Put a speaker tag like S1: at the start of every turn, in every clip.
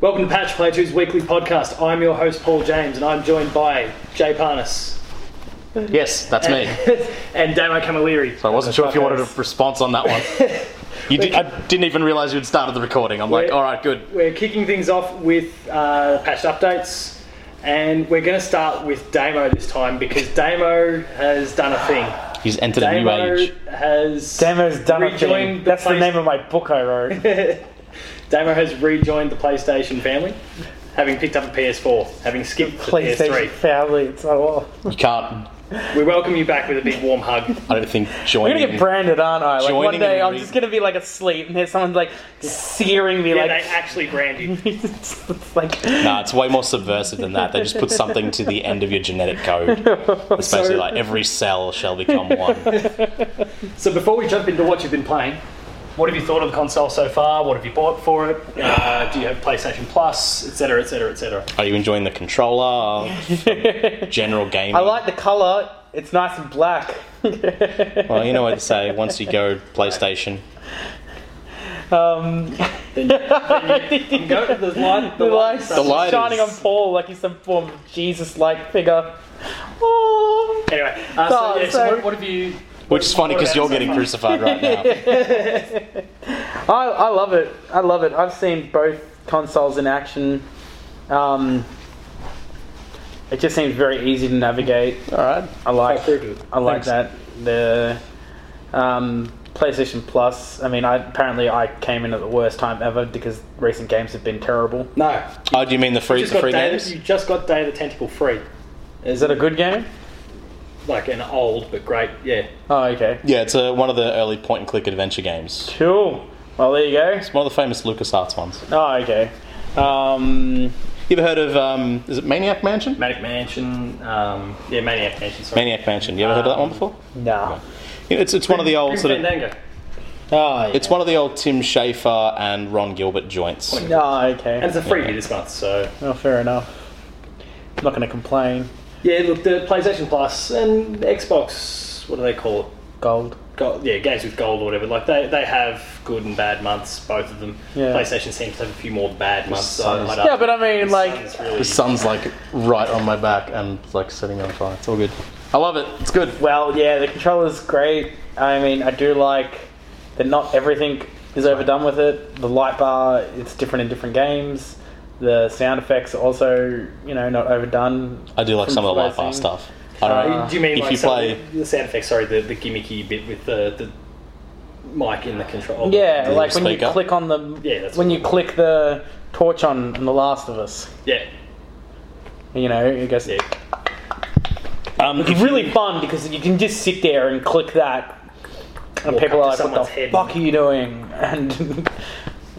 S1: Welcome to Patch Play 2's weekly podcast. I'm your host, Paul James, and I'm joined by Jay Parnas
S2: Yes, that's me.
S1: and Damo Camilleri.
S2: So I wasn't sure if you wanted a response on that one. You did, I didn't even realize you'd started the recording. I'm like,
S1: Wait.
S2: all right, good.
S1: We're kicking things off with uh, patch updates, and we're going to start with Damo this time because Damo has done a thing.
S2: He's entered a new
S1: Damo
S2: age.
S1: has
S3: Damo's done a
S1: rejoined
S3: thing. That's the
S1: Play-
S3: name of my book I wrote.
S1: Damo has rejoined the PlayStation family, having picked up a PS4, having skipped the
S3: PlayStation
S1: PS3.
S3: family. It's like, oh. well, we're
S2: You can't.
S1: We welcome you back with a big warm hug.
S2: I don't think joining.
S3: gonna get branded, aren't I? Like
S2: Joining
S3: one day
S2: and
S3: I'm
S2: re-
S3: just gonna be like asleep and there's someone like searing
S1: Yeah,
S3: me like.
S1: they actually brand you.
S3: it's it's like
S2: Nah, it's way more subversive than that. They just put something to the end of your genetic code. It's basically like every cell shall become one.
S1: So before we jump into what you've been playing, what have you thought of the console so far? What have you bought for it? Uh, do you have PlayStation Plus, etc., etc., etc.?
S2: Are you enjoying the controller? General gaming?
S3: I like the color. It's nice and black. Um,
S2: Well, you know what they say. Once you go PlayStation,
S3: Um,
S1: Go to the light. The
S3: the lights
S2: The light
S3: shining
S2: is-
S3: on Paul like he's some form of Jesus-like figure. Oh.
S1: Anyway, uh, so,
S3: Oh,
S1: yeah, so
S3: sorry.
S1: what, what have you?
S2: which is funny because
S1: about
S2: you're
S1: so
S2: getting
S1: far?
S2: crucified right now.
S3: I, I love it. I love it. I've seen both consoles in action. Um, it just seems very easy to navigate.
S2: All right.
S3: I like. I like
S2: Thanks.
S3: that. The um, PlayStation Plus. I mean, I, apparently I came in at the worst time ever because recent games have been terrible.
S1: No,
S2: Oh, do you mean the free,
S1: you just,
S2: the
S1: got
S2: free
S1: Day,
S2: games?
S1: you just got Day of the Tentacle free,
S3: Is it a good game?
S1: like an old but great. Yeah,
S3: Oh, okay.
S2: Yeah, it's uh, one of the early point and click adventure games.
S3: Cool. Well, there you go.
S2: One of the famous LucasArts ones.
S3: Oh, okay. Um,
S2: You ever heard of, um, is it Maniac Mansion?
S1: Manic Mansion. Um, yeah, Maniac Mansion. Sorry.
S2: Maniac Mansion. You ever heard of that one before?
S3: nah.
S2: You know, It's, it's one of the old
S1: Grim
S2: sort of,
S1: Fandango.
S3: Oh, yeah.
S2: it's one of the old Tim Schafer and Ron Gilbert joints.
S3: Oh,
S1: And
S3: okay.
S1: it's a freebie this month, so
S3: Oh, fair enough. I'm not going to complain.
S1: yeah. Look, the PlayStation Plus and Xbox. What do they call it?
S3: Gold.
S1: Gold, yeah, games with gold or whatever. Like they, they have good and bad months, both of them.
S3: Yeah.
S1: PlayStation seems to have a few more bad months. So
S2: sun's-
S1: I'd
S3: Yeah, but I mean, like,
S1: Sun's really,
S2: The sun's like right on my back and like setting on fire. It's all good. I love it. It's good.
S3: Well, yeah, the controller's great. I mean, I do like that not everything is overdone with it. The light bar, it's different in different games. The sound effects are also, you know, not overdone.
S2: I do like
S3: From
S2: some of the light bar
S3: Blessing.
S2: stuff. I don't
S3: Uh,
S2: know.
S1: do you mean
S2: if
S1: like
S2: you
S1: some of
S2: play,
S1: the, the sound effects? Sorry, the, the gimmicky bit with the, the mic in the control.
S3: Yeah,
S2: The
S3: like when you
S2: speaker?
S3: click on the
S1: Yeah, that's
S3: when
S1: what
S3: you click the torch on in The Last of Us,
S1: yeah,
S3: you know, it goes.
S1: yeah.
S2: um,
S3: It's really fun because you can just sit there and click that, and
S1: Walk
S3: people
S1: up
S3: are like,
S1: to someone's
S3: "What the
S1: head
S3: fuck are
S1: and-
S3: you doing?" And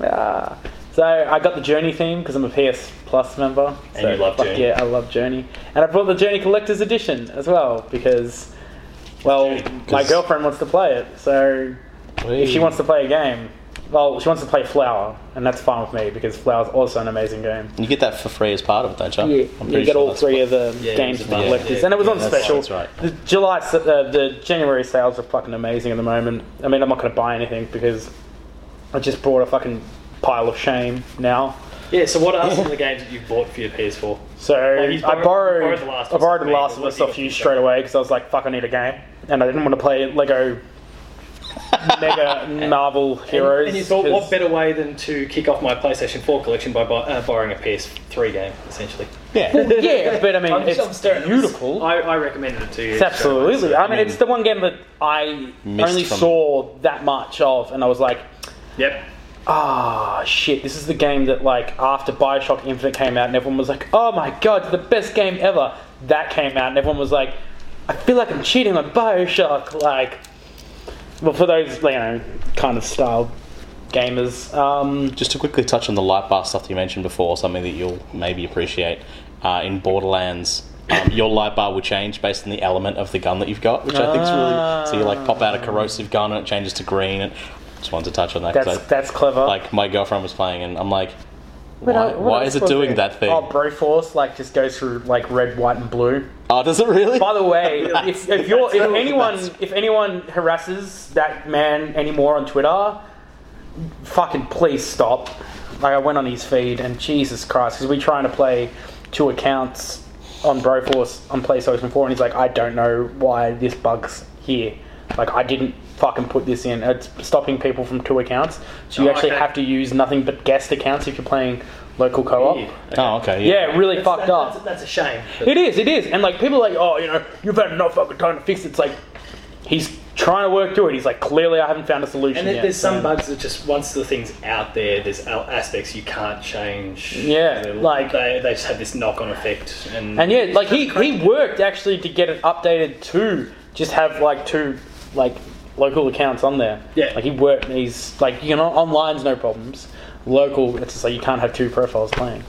S3: ah. so I got the Journey theme because I'm a PS Plus member.
S1: And
S3: so
S1: you love
S3: fuck
S1: Journey.
S3: Yeah, I love Journey, and I bought the Journey Collector's Edition as well because, well,
S1: Journey.
S3: my
S2: 'Cause-
S3: girlfriend wants to play it. So if
S1: Hmm.
S3: she wants to play a game, well, she wants to play Flower, and that's fine with me because Flower's also an amazing game.
S2: You get that for free as part of it, don't you?
S3: Yeah,
S2: I'm
S3: you
S2: pretty
S3: get
S2: sure
S3: all
S2: that's
S3: three
S2: what-
S3: of the
S1: Yeah,
S3: games
S1: it was
S3: for
S2: about-
S3: collections, and it was
S1: yeah,
S3: on
S2: that's-
S3: special.
S2: that's right.
S3: The July, s- uh, the January sales are fucking amazing at the moment. I mean, I'm not going to buy anything because I just bought a fucking pile of shame now.
S1: Yeah. So what are some of the games that you bought for your PS4?
S3: So
S1: Well, you
S3: I
S1: borrowed-
S3: borrowed,
S1: borrowed The Last
S3: I
S1: of Us
S3: borrowed
S1: from
S3: the
S1: me,
S3: Last
S1: but
S3: of
S1: what
S3: Us
S1: have you
S3: off
S1: got
S3: you
S1: for
S3: straight
S1: yourself?
S3: away because I was like, fuck, I need a game, and I didn't want to play Lego Mega Marvel Heroes.
S1: And you thought,
S3: 'cause-
S1: what better way than to kick off my PlayStation 4 collection by bu- uh, borrowing a PS3 game, essentially?
S2: Yeah.
S3: yeah, but I mean,
S1: I'm just- I'm
S3: it's
S1: staring at this.
S3: beautiful.
S1: I, I recommended it to you.
S3: It's absolutely. I mean, it's the one game that I
S2: Missed
S3: only
S2: from-
S3: saw that much of, and I was like,
S1: Yep.
S3: ah, shit, this is the game that, like, after Bioshock Infinite came out, and everyone was like, oh my god, it's the best game ever. That came out, and everyone was like, I feel like I'm cheating on Bioshock. Like, well, for those, you know, kind of style gamers, um,
S2: Just to quickly touch on the light bar stuff that you mentioned before, something that you'll maybe appreciate. Uh, in Borderlands, um, your light bar will change based on the element of the gun that you've got, which I think is really. So you like pop out a corrosive gun and it changes to green. And just wanted to touch on that
S3: that's,
S2: because
S3: that's clever.
S2: like my girlfriend was playing and I'm like,
S3: What
S2: why,
S3: el- uh, what
S2: why
S3: else
S2: is it
S3: was
S2: doing
S3: there?
S2: that thing?
S3: Oh,
S2: Oh,
S3: Broforce, like, just goes through, like, red, white, and blue.
S2: Oh, does it really?
S3: By the way, if, if you're if
S2: That's-
S3: anyone if anyone harasses that man anymore on Twitter, fucking please stop. Like I went on his feed, and Jesus Christ, because we're trying to play two accounts on Broforce on PlayStation 4, and he's like, I don't know why this bug's here. Like I didn't fucking put this in. It's stopping people from two accounts, so you
S1: Oh,
S3: actually
S1: okay.
S3: have to use nothing but guest accounts if you're playing local co-op.
S1: Weird.
S2: Oh, okay.
S3: Yeah, it really
S1: That's-
S3: fucked
S1: that-
S3: up.
S1: That's, that's a shame.
S3: It is, it is. And like people are like, oh, you know, you've had enough fucking time to fix it. It's like he's trying to work through it. He's like, clearly I haven't found a solution
S1: And there-
S3: yet.
S1: there's some
S3: So-
S1: bugs that just once the thing's out there, there's al- aspects you can't change.
S3: Yeah,
S1: They-
S3: like-
S1: they, they just have this knock-on effect. And,
S3: And yeah, like he, he worked actually to get it updated to just have like two like local accounts on there.
S1: Yeah.
S3: Like he worked he's like you know, online's no problems. Local it's just like you can't have two profiles playing.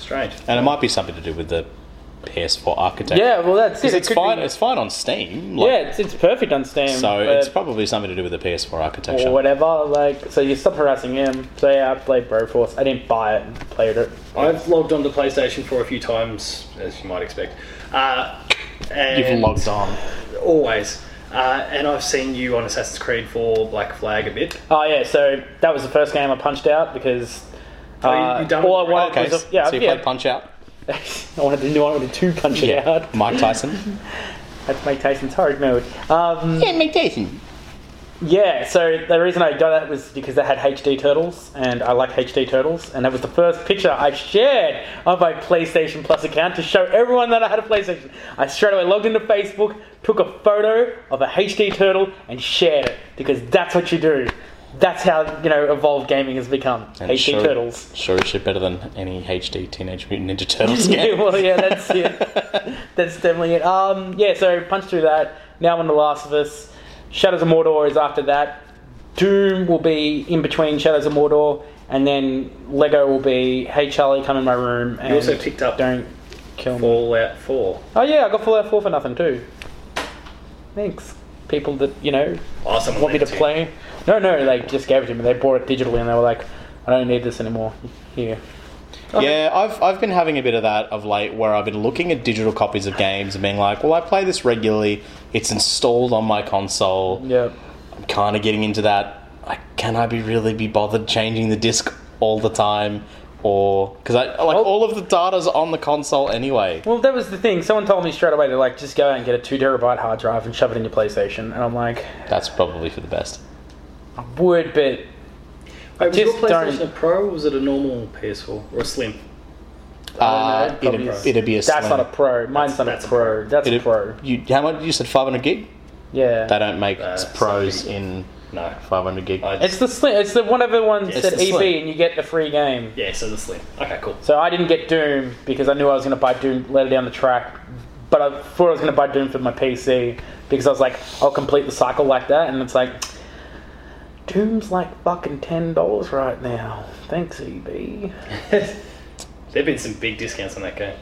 S1: strange.
S2: And it might be something to do with the PS4 architecture.
S3: Yeah, well that's it.
S2: Because
S3: It
S2: it's
S3: could be-
S2: fine. It's fine on Steam.
S3: yeah,
S2: Like,
S3: it's, it's perfect on Steam.
S2: So
S3: but-
S2: it's probably something to do with the PS4 architecture.
S3: or whatever. Like, so you stop harassing him. So yeah, I played Broforce. I didn't buy it, played it.
S1: I've logged onto PlayStation 4 a few times, as you might expect. Uh, and
S2: You've logged on.
S1: Always. Uh, and I've seen you on Assassin's Creed 4 Black Flag a bit.
S3: Oh yeah, so that was the first game I punched out because uh,
S1: you- you done
S3: all
S1: with
S3: I
S1: it?
S3: wanted
S2: Okay.
S3: was a, yeah,
S2: so you
S3: yeah.
S2: played Punch Out.
S3: I wanted to do I wanted to punch it out.
S2: Mike Tyson.
S3: That's Mike Tyson's hard mode. Um,
S2: yeah, Mike Tyson.
S3: yeah, so the reason I got that was because they had HD turtles, and I like HD turtles, and that was the first picture I shared on my PlayStation Plus account to show everyone that I had a PlayStation. I straight away logged into Facebook, took a photo of a HD turtle, and shared it because that's what you do. That's how you know evolved gaming has become. HD turtles.
S2: Sure, it's shit better than any HD Teenage Mutant Ninja Turtles
S3: yeah,
S2: game.
S3: well, yeah, that's it. that's definitely it. Um, yeah, so punch through that. Now on The Last of Us. Shadows of Mordor is after that. Doom will be in between Shadows of Mordor, and then Lego will be, hey Charlie, come in my room. And
S1: also picked up
S3: Don't kill me.
S1: Fallout 4.
S3: Oh yeah, I got Fallout 4 for nothing too. Thanks, people that you know
S1: Oh, someone
S3: want me to
S1: lent it you.
S3: play. No, no, they just gave it to me. They bought it digitally, and they were like, I don't need this anymore. Here.
S2: yeah, I've, I've been having a bit of that of late where I've been looking at digital copies of games and being like, well, I play this regularly. It's installed on my console.
S3: Yeah.
S2: I'm kind of getting into that. I, can I be really be bothered changing the disc all the time? Or because I like all of the data's on the console anyway.
S3: Well, that was the thing. Someone told me straight away to like just go out and get a two terabyte hard drive and shove it in your PlayStation, and I'm like,
S2: That's probably for the best.
S3: I would, but
S1: Wait, was
S3: Just
S1: your PlayStation
S3: don't-
S1: a Pro or was it a normal PS4 or a Slim?
S3: I
S2: Uh,
S3: don't know,
S2: it'd,
S3: Oh, probably is-
S2: it'd be a
S3: that's
S2: slim.
S3: not a pro. Mine's not
S1: that's
S3: a
S1: a
S3: pro. That's a
S2: It'd-
S3: pro.
S2: You, how much you said? Five hundred gig.
S3: Yeah.
S2: They don't make
S1: Uh,
S2: pros
S1: something.
S2: in
S1: No.
S2: five hundred gig.
S1: I-
S3: it's the slim. It's the one of the ones
S2: It's
S3: that
S2: the
S3: EB,
S2: slim.
S3: and you get the free game.
S1: Yeah, so the Slim. Okay, cool.
S3: So I didn't get Doom because I knew I was going to buy Doom later down the track, but I thought I was going to buy Doom for my PC because I was like, I'll complete the cycle like that, and it's like, Doom's like fucking ten dollars right now. Thanks, E EB.
S1: There've been some big discounts on that game.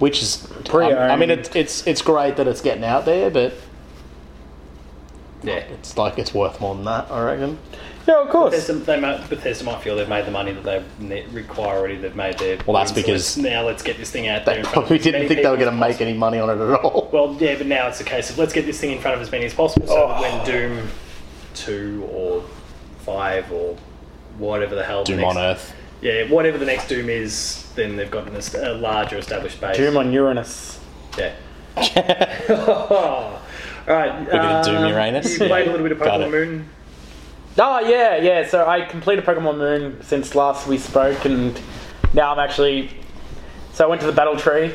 S2: which is
S3: Pre-owned.
S2: I, I mean, it's it's it's great that it's getting out there, but
S1: Yeah.
S2: it's like it's worth more than that. I reckon.
S3: Yeah, of course.
S1: Bethesda, they might, Bethesda might feel they've made the money that they ne- require already. They've made their.
S2: Well, that's
S1: so let's-
S2: because
S1: now let's get this thing out there.
S2: They
S1: in front of
S2: probably
S1: as
S2: didn't
S1: many
S2: think they were
S1: people
S2: going to
S1: as
S2: make any money on it at all.
S1: Well, yeah, but now it's a case of let's get this thing in front of as many as possible. So that when Doom two or five or whatever the hell the
S2: Doom
S1: next,
S2: on Earth.
S1: yeah, whatever the next Doom is, then they've got an est- a larger established base.
S3: Doom on Uranus.
S1: Yeah. All right. We're
S2: gonna Doom Uranus?
S1: You played a little bit of
S2: Got
S1: Pokemon
S2: it.
S1: Moon.
S3: Oh yeah, yeah. So I completed Pokemon Moon since last we spoke, and now I'm actually. So I went to the battle tree,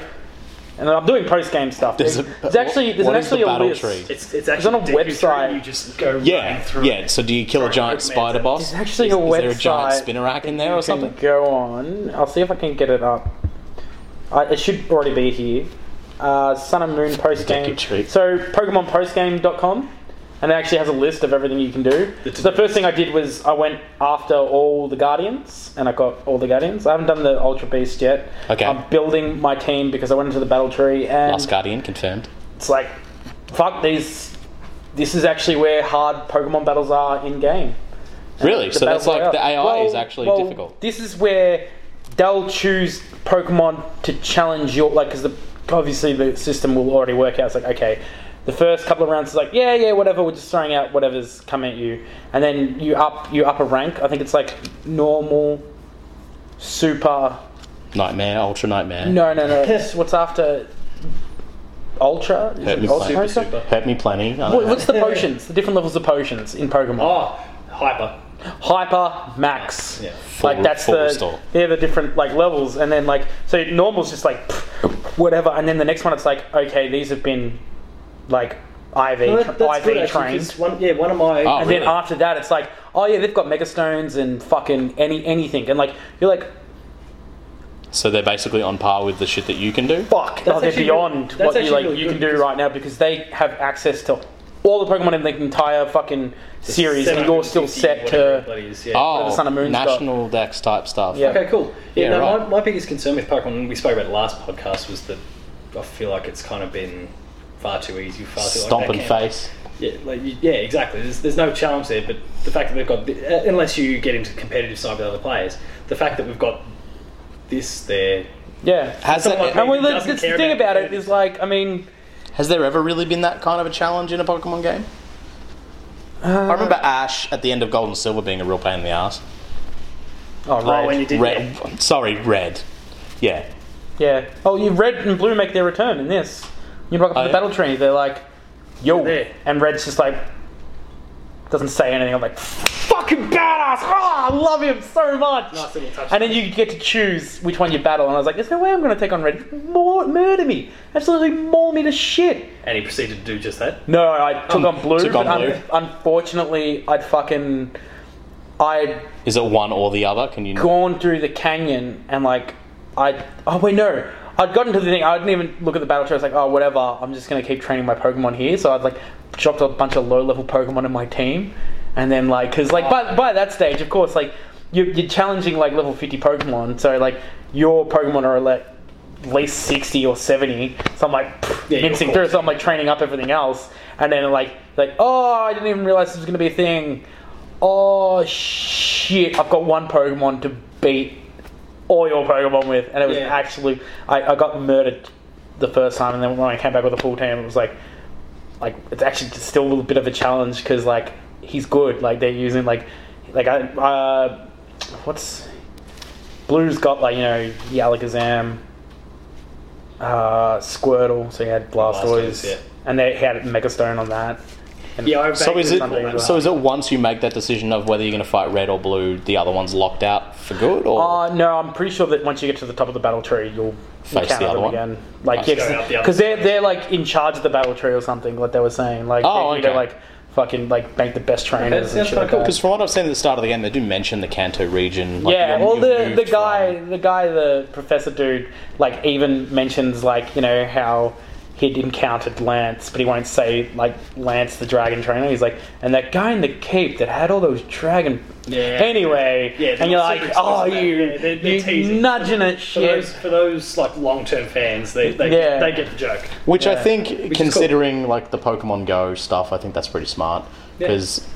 S3: and I'm doing post game stuff.
S2: There's
S3: There's,
S2: a-
S3: actually there's
S2: what is
S3: actually
S2: the
S3: a
S2: battle
S3: list.
S2: tree?
S1: It's it's actually
S3: on a
S1: Deku three,
S3: website.
S1: You just go running
S2: Yeah,
S1: through.
S2: yeah. So do you kill a
S1: Sorry,
S2: giant
S1: Pokemon.
S2: spider boss?
S3: There's actually a
S2: is,
S3: website.
S2: Is there a giant spinnerack in there or
S3: you can
S2: something?
S3: Go on. I'll see if I can get it up. I, it should already be here. Uh, Sun and Moon post game.
S2: Deku tree.
S3: So PokemonPostgame.com, and it actually has a list of everything you can do.
S1: The
S3: So the first thing I did was I went after all the Guardians, and I got all the Guardians. I haven't done the Ultra Beast yet.
S2: Okay.
S3: I'm building my team because I went into the battle tree and
S2: Last Guardian confirmed.
S3: it's like, fuck these. This is actually where hard Pokemon battles are in game.
S2: Really?
S3: The
S2: So that's
S3: battle
S2: like the AI
S3: royale.
S2: is
S3: Well-
S2: actually
S3: well,
S2: difficult.
S3: This is where they'll choose Pokemon to challenge your like because the obviously the system will already work out. It's like okay, the first couple of rounds is like yeah yeah whatever we're just throwing out whatever's come at you, and then you up you up a rank. I think it's like normal Super.
S2: Nightmare, Ultra Nightmare.
S3: No, no, no. it's- what's after Ultra? Is
S2: Hurt
S3: it
S2: me,
S3: Ultra?
S2: plenty.
S3: Ultra?
S2: Hurt me plenty. I don't
S3: What,
S2: know.
S3: what's the potions? The different levels of potions in Pokemon.
S1: Oh, hyper.
S3: Hyper, Max.
S2: Oh. Yeah.
S3: Like
S2: Full-
S3: that's
S2: full
S3: the
S2: restore.
S3: they're the different like levels, and then like so normal's just like pff, whatever, and then the next one it's like okay, these have been like IV
S1: Well,
S3: tra-
S1: that- that's
S3: IV
S1: good, actually,
S3: trained.
S1: 'cause one, yeah, one of my.
S2: Oh.
S3: and then
S2: really?
S3: after that, it's like, oh yeah, they've got mega stones and fucking any anything, and like you're like,
S2: So they're basically on par with the shit that you can do.
S3: fuck, oh,
S1: actually
S3: they're
S1: really-
S3: beyond
S1: that's
S3: what you
S1: actually
S3: like
S1: really
S3: you
S1: good
S3: can do
S1: because-
S3: right now because they have access to all the Pokemon in the entire fucking series, and you're still
S1: 750,
S3: set
S1: whatever it
S3: to.
S1: bloody is, yeah.
S2: Oh,
S3: Sun and Moon's got-
S2: national Dex type stuff.
S3: Yeah.
S1: Okay, cool. Yeah,
S2: Yeah,
S1: no,
S2: right.
S1: my, my biggest concern with Pokemon, and we spoke about it last podcast, was that I feel like it's kind of been far too easy, far too like
S2: Stomp and
S1: that camp.
S2: face.
S1: Yeah, like, you- yeah, exactly. There's, there's no challenge there, but the fact that they've got, the, uh, unless you get into the competitive side with other players, the fact that we've got this there.
S3: Yeah,
S2: Has,
S1: Someone
S2: that,
S1: like
S3: And
S1: me.
S3: well, that's,
S1: doesn't
S3: that's the
S1: care
S3: thing
S1: about
S3: about
S1: the
S3: it
S1: games.
S3: is like, I mean,
S2: has there ever really been that kind of a challenge in a Pokemon game?
S3: Uh,
S2: I remember Ash at the end of Gold and Silver being a real pain in the ass.
S3: oh,
S1: Oh, when you did
S2: Red, sorry, Red. Yeah,
S3: yeah. Oh, you red and blue make their return in this. You rock up to
S2: Oh,
S3: the
S2: yeah?
S3: battle tree, they're like, yo,
S1: They're there.
S3: and red's just like doesn't say anything. I'm like, fucking badass! Oh, I love him so much.
S1: Nice little touch.
S3: and then you get to choose which one you battle, and I was like, there's no way I'm gonna take on red. More, murder me, absolutely maul me to shit.
S1: And he proceeded to do just that.
S3: No, I took on blue,
S2: took
S3: but
S2: on
S3: un- unfortunately, I'd fucking, I
S2: is it one or the other? Can you?
S3: gone through the canyon and like I oh wait no I'd gotten to the thing I didn't even look at the battle tree I was like oh whatever I'm just gonna keep training my Pokemon here so I'd like dropped a bunch of low level Pokemon in my team and then like because like by, by that stage of course like you, you're challenging like level 50 Pokemon so like your Pokemon are like at least 60 or 70 so I'm like pff,
S1: Yeah, you're
S3: mixing
S1: cool.
S3: through so I'm like training up everything else and then like like oh I didn't even realize this was gonna be a thing oh shit, I've got one Pokemon to beat all your Pokemon with, and it was
S1: Yeah.
S3: actually I, I got murdered the first time, and then when I came back with a full team, it was like like it's actually just still a bit of a challenge because like he's good, like they're using like like I uh, what's Blue's got like you know Yalakazam, uh, Squirtle, so he had Blastoise,
S1: Blastoise, yeah.
S3: and they he had Mega Stone on that. And
S1: Yeah, I
S2: So is
S3: Something like
S2: it?
S3: that.
S2: So is it once you make that decision of whether you're going to fight red or blue, the other one's locked out for good, or
S3: Uh, no, I'm pretty sure that once you get to the top of the battle tree, you'll
S2: Face
S3: encounter
S2: the other
S3: them
S2: one?
S3: again. Like,
S2: Just
S1: go out the other
S3: because they're they're like in charge of the battle tree or something, like they were saying. Like,
S2: Oh,
S3: they need to
S2: okay.
S3: like fucking like make the best trainers and
S1: sounds
S3: shit like
S1: kinda cool,
S3: that.
S2: because from what I've seen at the start of the game, they do mention the Kanto region. Like
S3: yeah,
S2: you're-
S3: well,
S2: you've
S3: the
S2: moved
S3: the
S2: from-
S3: guy, the guy, the professor dude, like even mentions like you know how he'd encountered Lance, but he won't say like Lance the dragon trainer. He's like, and that guy in the cape that had all those dragon.
S1: Yeah.
S3: Anyway,
S1: Yeah, they're
S3: and you're
S1: not
S3: like,
S1: super
S3: oh,
S1: explicit,
S3: you,
S1: yeah, they're- they're
S3: you
S1: teasing.
S3: nudging it,
S1: For
S3: shit.
S1: those, for those like long-term fans, they they,
S3: Yeah.
S1: they get the joke.
S2: Which I
S3: Yeah.
S2: think,
S1: cool.
S2: considering like the Pokemon Go stuff, I think that's pretty smart because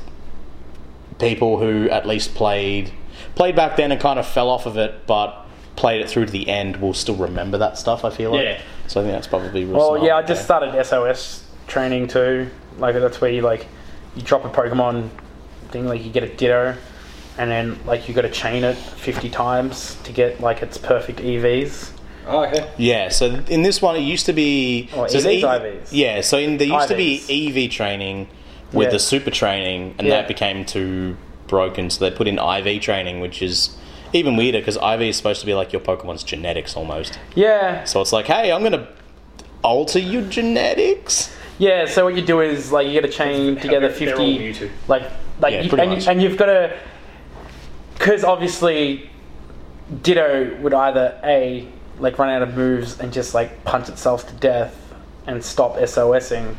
S2: people who at least played played back then and kind of fell off of it, but played it through to the end, will still remember that stuff. I feel like.
S1: Yeah.
S2: So I think that's probably. Real
S3: Well,
S2: smart
S3: yeah, I
S2: there.
S3: just started SOS training too. Like that's where you like you drop a Pokemon thing, like you get a Ditto, and then like you got to chain it fifty times to get like its perfect E EVs.
S1: Oh, okay.
S2: Yeah, so in this one it used to be
S3: Oh,
S2: so it's E
S3: EVs, IVs.
S2: Yeah, so in there used to
S3: IVs.
S2: be EV training with
S3: Yeah.
S2: the super training, and
S3: Yeah.
S2: that became too broken. So they put in IV training, which is even weirder because IV is supposed to be like your Pokemon's genetics almost.
S3: Yeah,
S2: So it's like, hey, I'm gonna alter your genetics.
S3: yeah. So what you do is like you got to chain together
S1: they're all
S3: fifty,
S1: Mewtwo.
S3: like like
S2: Yeah,
S3: you,
S2: pretty
S3: and,
S2: much.
S3: you, and you've got to because obviously Ditto would either a like run out of moves and just like punch itself to death and stop SOSing.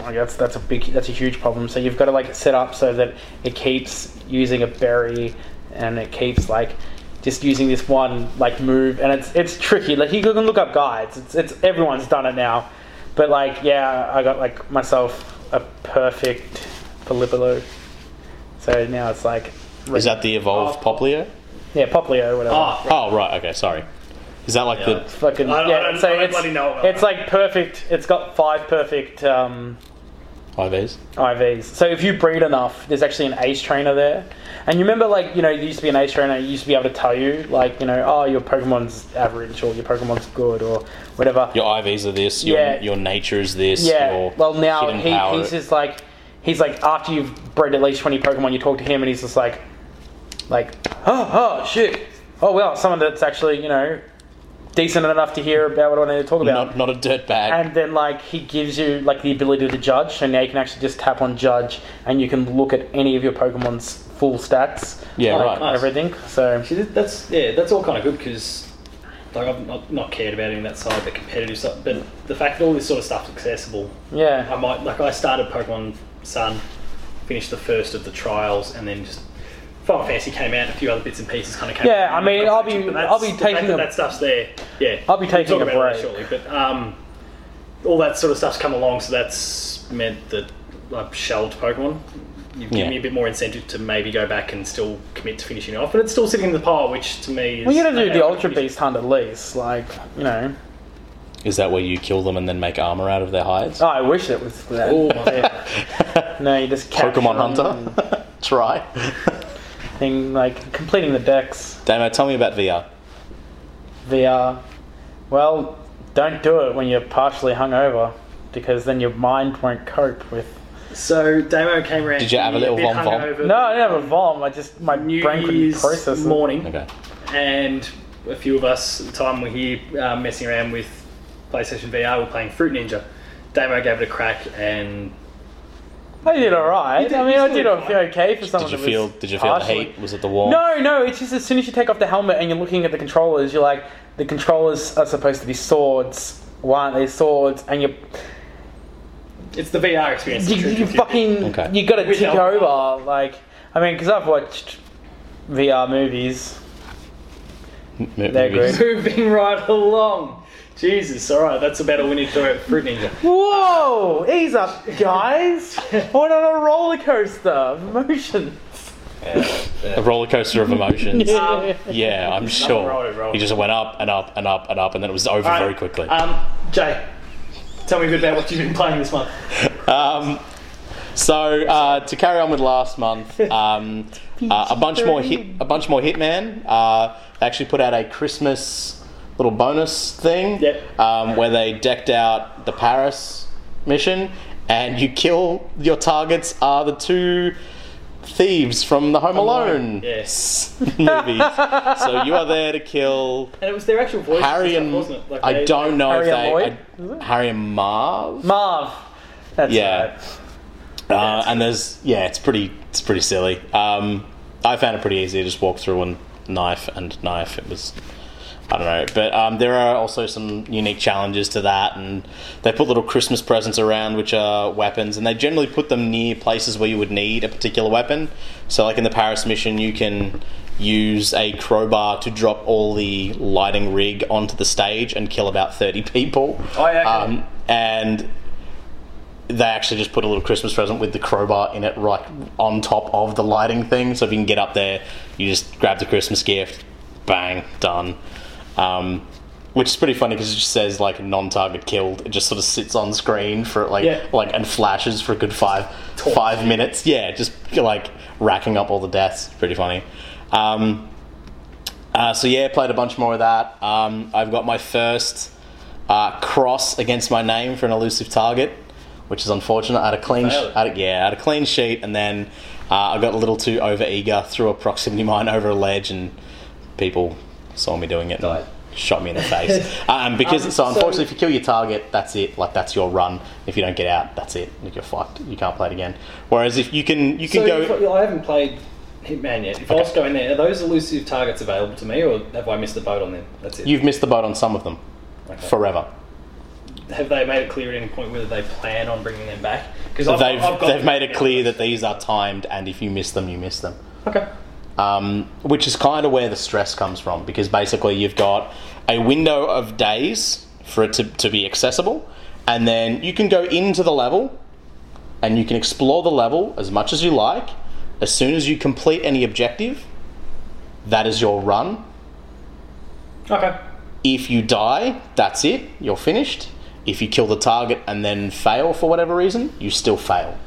S3: Like that's that's a big that's a huge problem. So you've got to like set up so that it keeps using a berry and it keeps like just using this one like move and it's it's tricky. Like you can look up guides. It's it's everyone's done it now. But like yeah, I got like myself a perfect Polipolo. So now it's like
S2: Is that the evolved
S1: Oh.
S2: Poplio?
S3: yeah, Poplio, whatever.
S1: Ah, right.
S2: Oh right, okay, sorry. Is that like
S1: Yeah.
S2: the
S3: Fucking
S1: I don't- I
S3: yeah.
S1: don't-
S3: so
S1: I don't
S3: it's
S1: bloody know about
S3: it's like perfect. It's got five perfect um,
S2: IVs.
S3: IVs. So if you breed enough, there's actually an ace trainer there. And you remember, like, you know, there used to be an ace trainer, you used to be able to tell you, like, you know, oh, your Pokemon's average or your Pokemon's good or whatever.
S2: Your IVs are this. Your
S3: Yeah.
S2: your nature is this.
S3: yeah.
S2: Your
S3: well, now
S2: hidden
S3: he,
S2: power-
S3: he's just like, he's like, after you've bred at least 20 Pokemon, you talk to him and he's just like, like, oh, oh, shit. Oh, well, someone that's actually, you know, decent enough to hear about what I need to talk about.
S2: not not a dirt bag.
S3: and then like he gives you like the ability to judge so now you can actually just tap on judge and you can look at any of your pokemon's full stats
S2: Yeah,
S3: like,
S2: right. Nice.
S3: everything so
S1: See, that- that's yeah, that's all kind of good because like I've not, not cared about any of that side, the competitive stuff, but the fact that all this sort of stuff's accessible, I
S3: yeah
S1: might like I started Pokemon Sun, finished the first of the trials, and then just Final Fantasy came out, and a few other bits and pieces kind of came.
S3: Yeah,
S1: out.
S3: I mean, I'll be-
S1: But that's-
S3: I'll
S1: the
S3: be
S1: fact
S3: taking
S1: that,
S3: a-
S1: that stuff's there. Yeah,
S3: I'll be
S1: We'll
S3: taking
S1: talk
S3: a
S1: about that
S3: break.
S1: shortly, but um, all that sort of stuff's come along, so that's meant that I've shelved Pokemon. You've given
S2: Yeah.
S1: me a bit more incentive to maybe go back and still commit to finishing it off, but it's still sitting in the pile, which to me is.
S3: well you gotta do
S1: okay,
S3: the
S1: I'll
S3: ultra
S1: finish it.
S3: beast hunt at least like you know
S2: Is that where you kill them and then make armor out of their hides?
S3: oh, i wish it was that
S1: Oh my
S3: Yeah. no you just capture
S2: Pokemon
S3: them
S2: Hunter. Try.
S3: and thing like completing the decks
S2: Damo, tell me about VR.
S3: vr well don't do it when you're partially hungover because then your mind won't cope with
S1: So Damo came around.
S2: Did you have a little
S1: bit
S2: vom vom?
S1: hungover.
S3: no i didn't have a bomb i just my
S1: New
S3: brain couldn't
S1: Year's
S3: process it.
S1: morning,
S2: Okay.
S1: and a few of us at the time were here uh, messing around with PlayStation VR. We're playing Fruit Ninja. Damo gave it a crack, and
S3: I did alright.
S1: did-
S3: I mean,
S1: you
S3: I
S1: still
S3: did
S1: did
S3: okay, okay for someone
S2: Did you
S3: that
S2: feel?
S3: was
S2: Did you feel the
S3: partially-
S2: heat? Was it the warm?
S3: No, no. It's just as soon as you take off the helmet and you're looking at the controllers, you're like, the controllers are supposed to be swords. Why aren't they swords? And you,
S1: it's the VR experience.
S3: you, you fucking,
S2: Okay.
S3: you got to
S1: With
S3: tick
S1: alcohol.
S3: over. Like, I mean, because I've watched VR movies.
S2: M- m-
S3: They're
S2: movies.
S3: good.
S1: moving right along. Jesus, all right, that's about all we need to talk about Fruit Ninja.
S3: Whoa, ease up, guys! We're on a roller coaster of emotion.
S2: A roller coaster of emotions.
S1: Um,
S2: yeah, I'm sure.
S1: roller, roller.
S2: He just went up and up and up and up, and then it was over very quickly.
S1: Um, Jay, tell me a bit about what you've been playing this month.
S2: Um, so uh, to carry on with last month, um, uh, a bunch more hit, a bunch more Hitman. Uh, they actually put out a Christmas little bonus thing
S1: Yep.
S2: um, where they decked out the Paris mission, and you kill your targets are the two thieves from the Home Alone
S1: Yes.
S2: movies. so you are there to kill
S1: And it was their actual voice,
S2: Harry and
S1: wasn't it? Like
S2: I
S1: they-
S2: don't know
S3: Harry
S2: if
S3: and Lloyd,
S2: they
S3: is it?
S2: I, Harry and Marv.
S3: Marv, that's
S2: Yeah.
S3: right.
S2: Uh, and there's yeah, it's pretty it's pretty silly. Um, I found it pretty easy to just walk through and knife and knife. It was I don't know, but um, there are also some unique challenges to that, and they put little Christmas presents around, which are weapons, and they generally put them near places where you would need a particular weapon. So, like in the Paris mission, you can use a crowbar to drop all the lighting rig onto the stage and kill about thirty people.
S1: Oh, yeah, okay.
S2: Um, and they actually just put a little Christmas present with the crowbar in it right on top of the lighting thing. So if you can get up there, you just grab the Christmas gift, bang, done. Um, which is pretty funny because it just says like non-target killed. It just sort of sits on screen for like
S1: Yeah.
S2: like and flashes for a good five five minutes. Yeah, just like racking up all the deaths. Pretty funny. Um, uh, so yeah, played a bunch more of that. Um, I've got my first uh, cross against my name for an elusive target, which is unfortunate. I had a clean, sh-
S1: Really?
S2: I had a, yeah, I had a clean sheet, and then uh, I got a little too over eager, threw a proximity mine over a ledge, and people saw me doing it.
S1: Died.
S2: and Shot me in the face, um, because
S1: Um,
S2: so unfortunately,
S1: so-
S2: if you kill your target, that's it. Like that's your run. If you don't get out, that's it. Like, You're fucked. You can't play it again. Whereas if you can, you can
S1: So
S2: go.
S1: if- I haven't played Hitman yet. If I was going there, are those elusive targets available to me, or have I missed the boat on them? That's it.
S2: You've missed the boat on some of them,
S1: Okay.
S2: forever.
S1: have they made it clear at any point whether they plan on bringing them back? Because
S2: they've, they've made it clear that these are timed, and if you miss them, you miss them.
S1: Okay.
S2: Um, which is kind of where the stress comes from, because basically you've got a window of days for it to, to be accessible, and then you can go into the level and you can explore the level as much as you like. As soon as you complete any objective, that is your run.
S1: Okay.
S2: If you die, that's it, you're finished. If you kill the target and then fail for whatever reason, you still fail.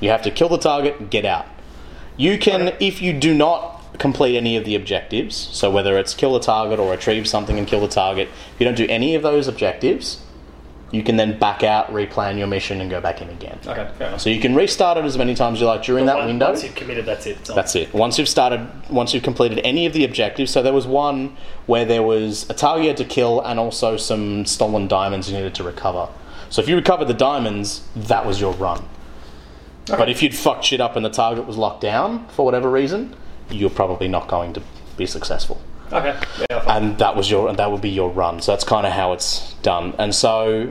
S2: You have to kill the target, get out. You can, if you do not complete any of the objectives, so whether it's kill the target or retrieve something and kill the target, if you don't do any of those objectives, you can then back out, replan your mission, and go back in again.
S1: Okay, fair enough.
S2: So you can restart it as many times as you like during that
S1: Once-
S2: window.
S1: Once you've committed, that's it. It's on.
S2: That's it. Once you've started, once you've completed any of the objectives, so there was one where there was a target you had to kill and also some stolen diamonds you needed to recover. So if you recovered the diamonds, that was your run. But if you'd fucked shit up and the target was locked down for whatever reason, you're probably not going to be successful.
S1: Okay. Yeah, fine.
S2: And that was your, and that would be your run. So that's kind of how it's done. And so,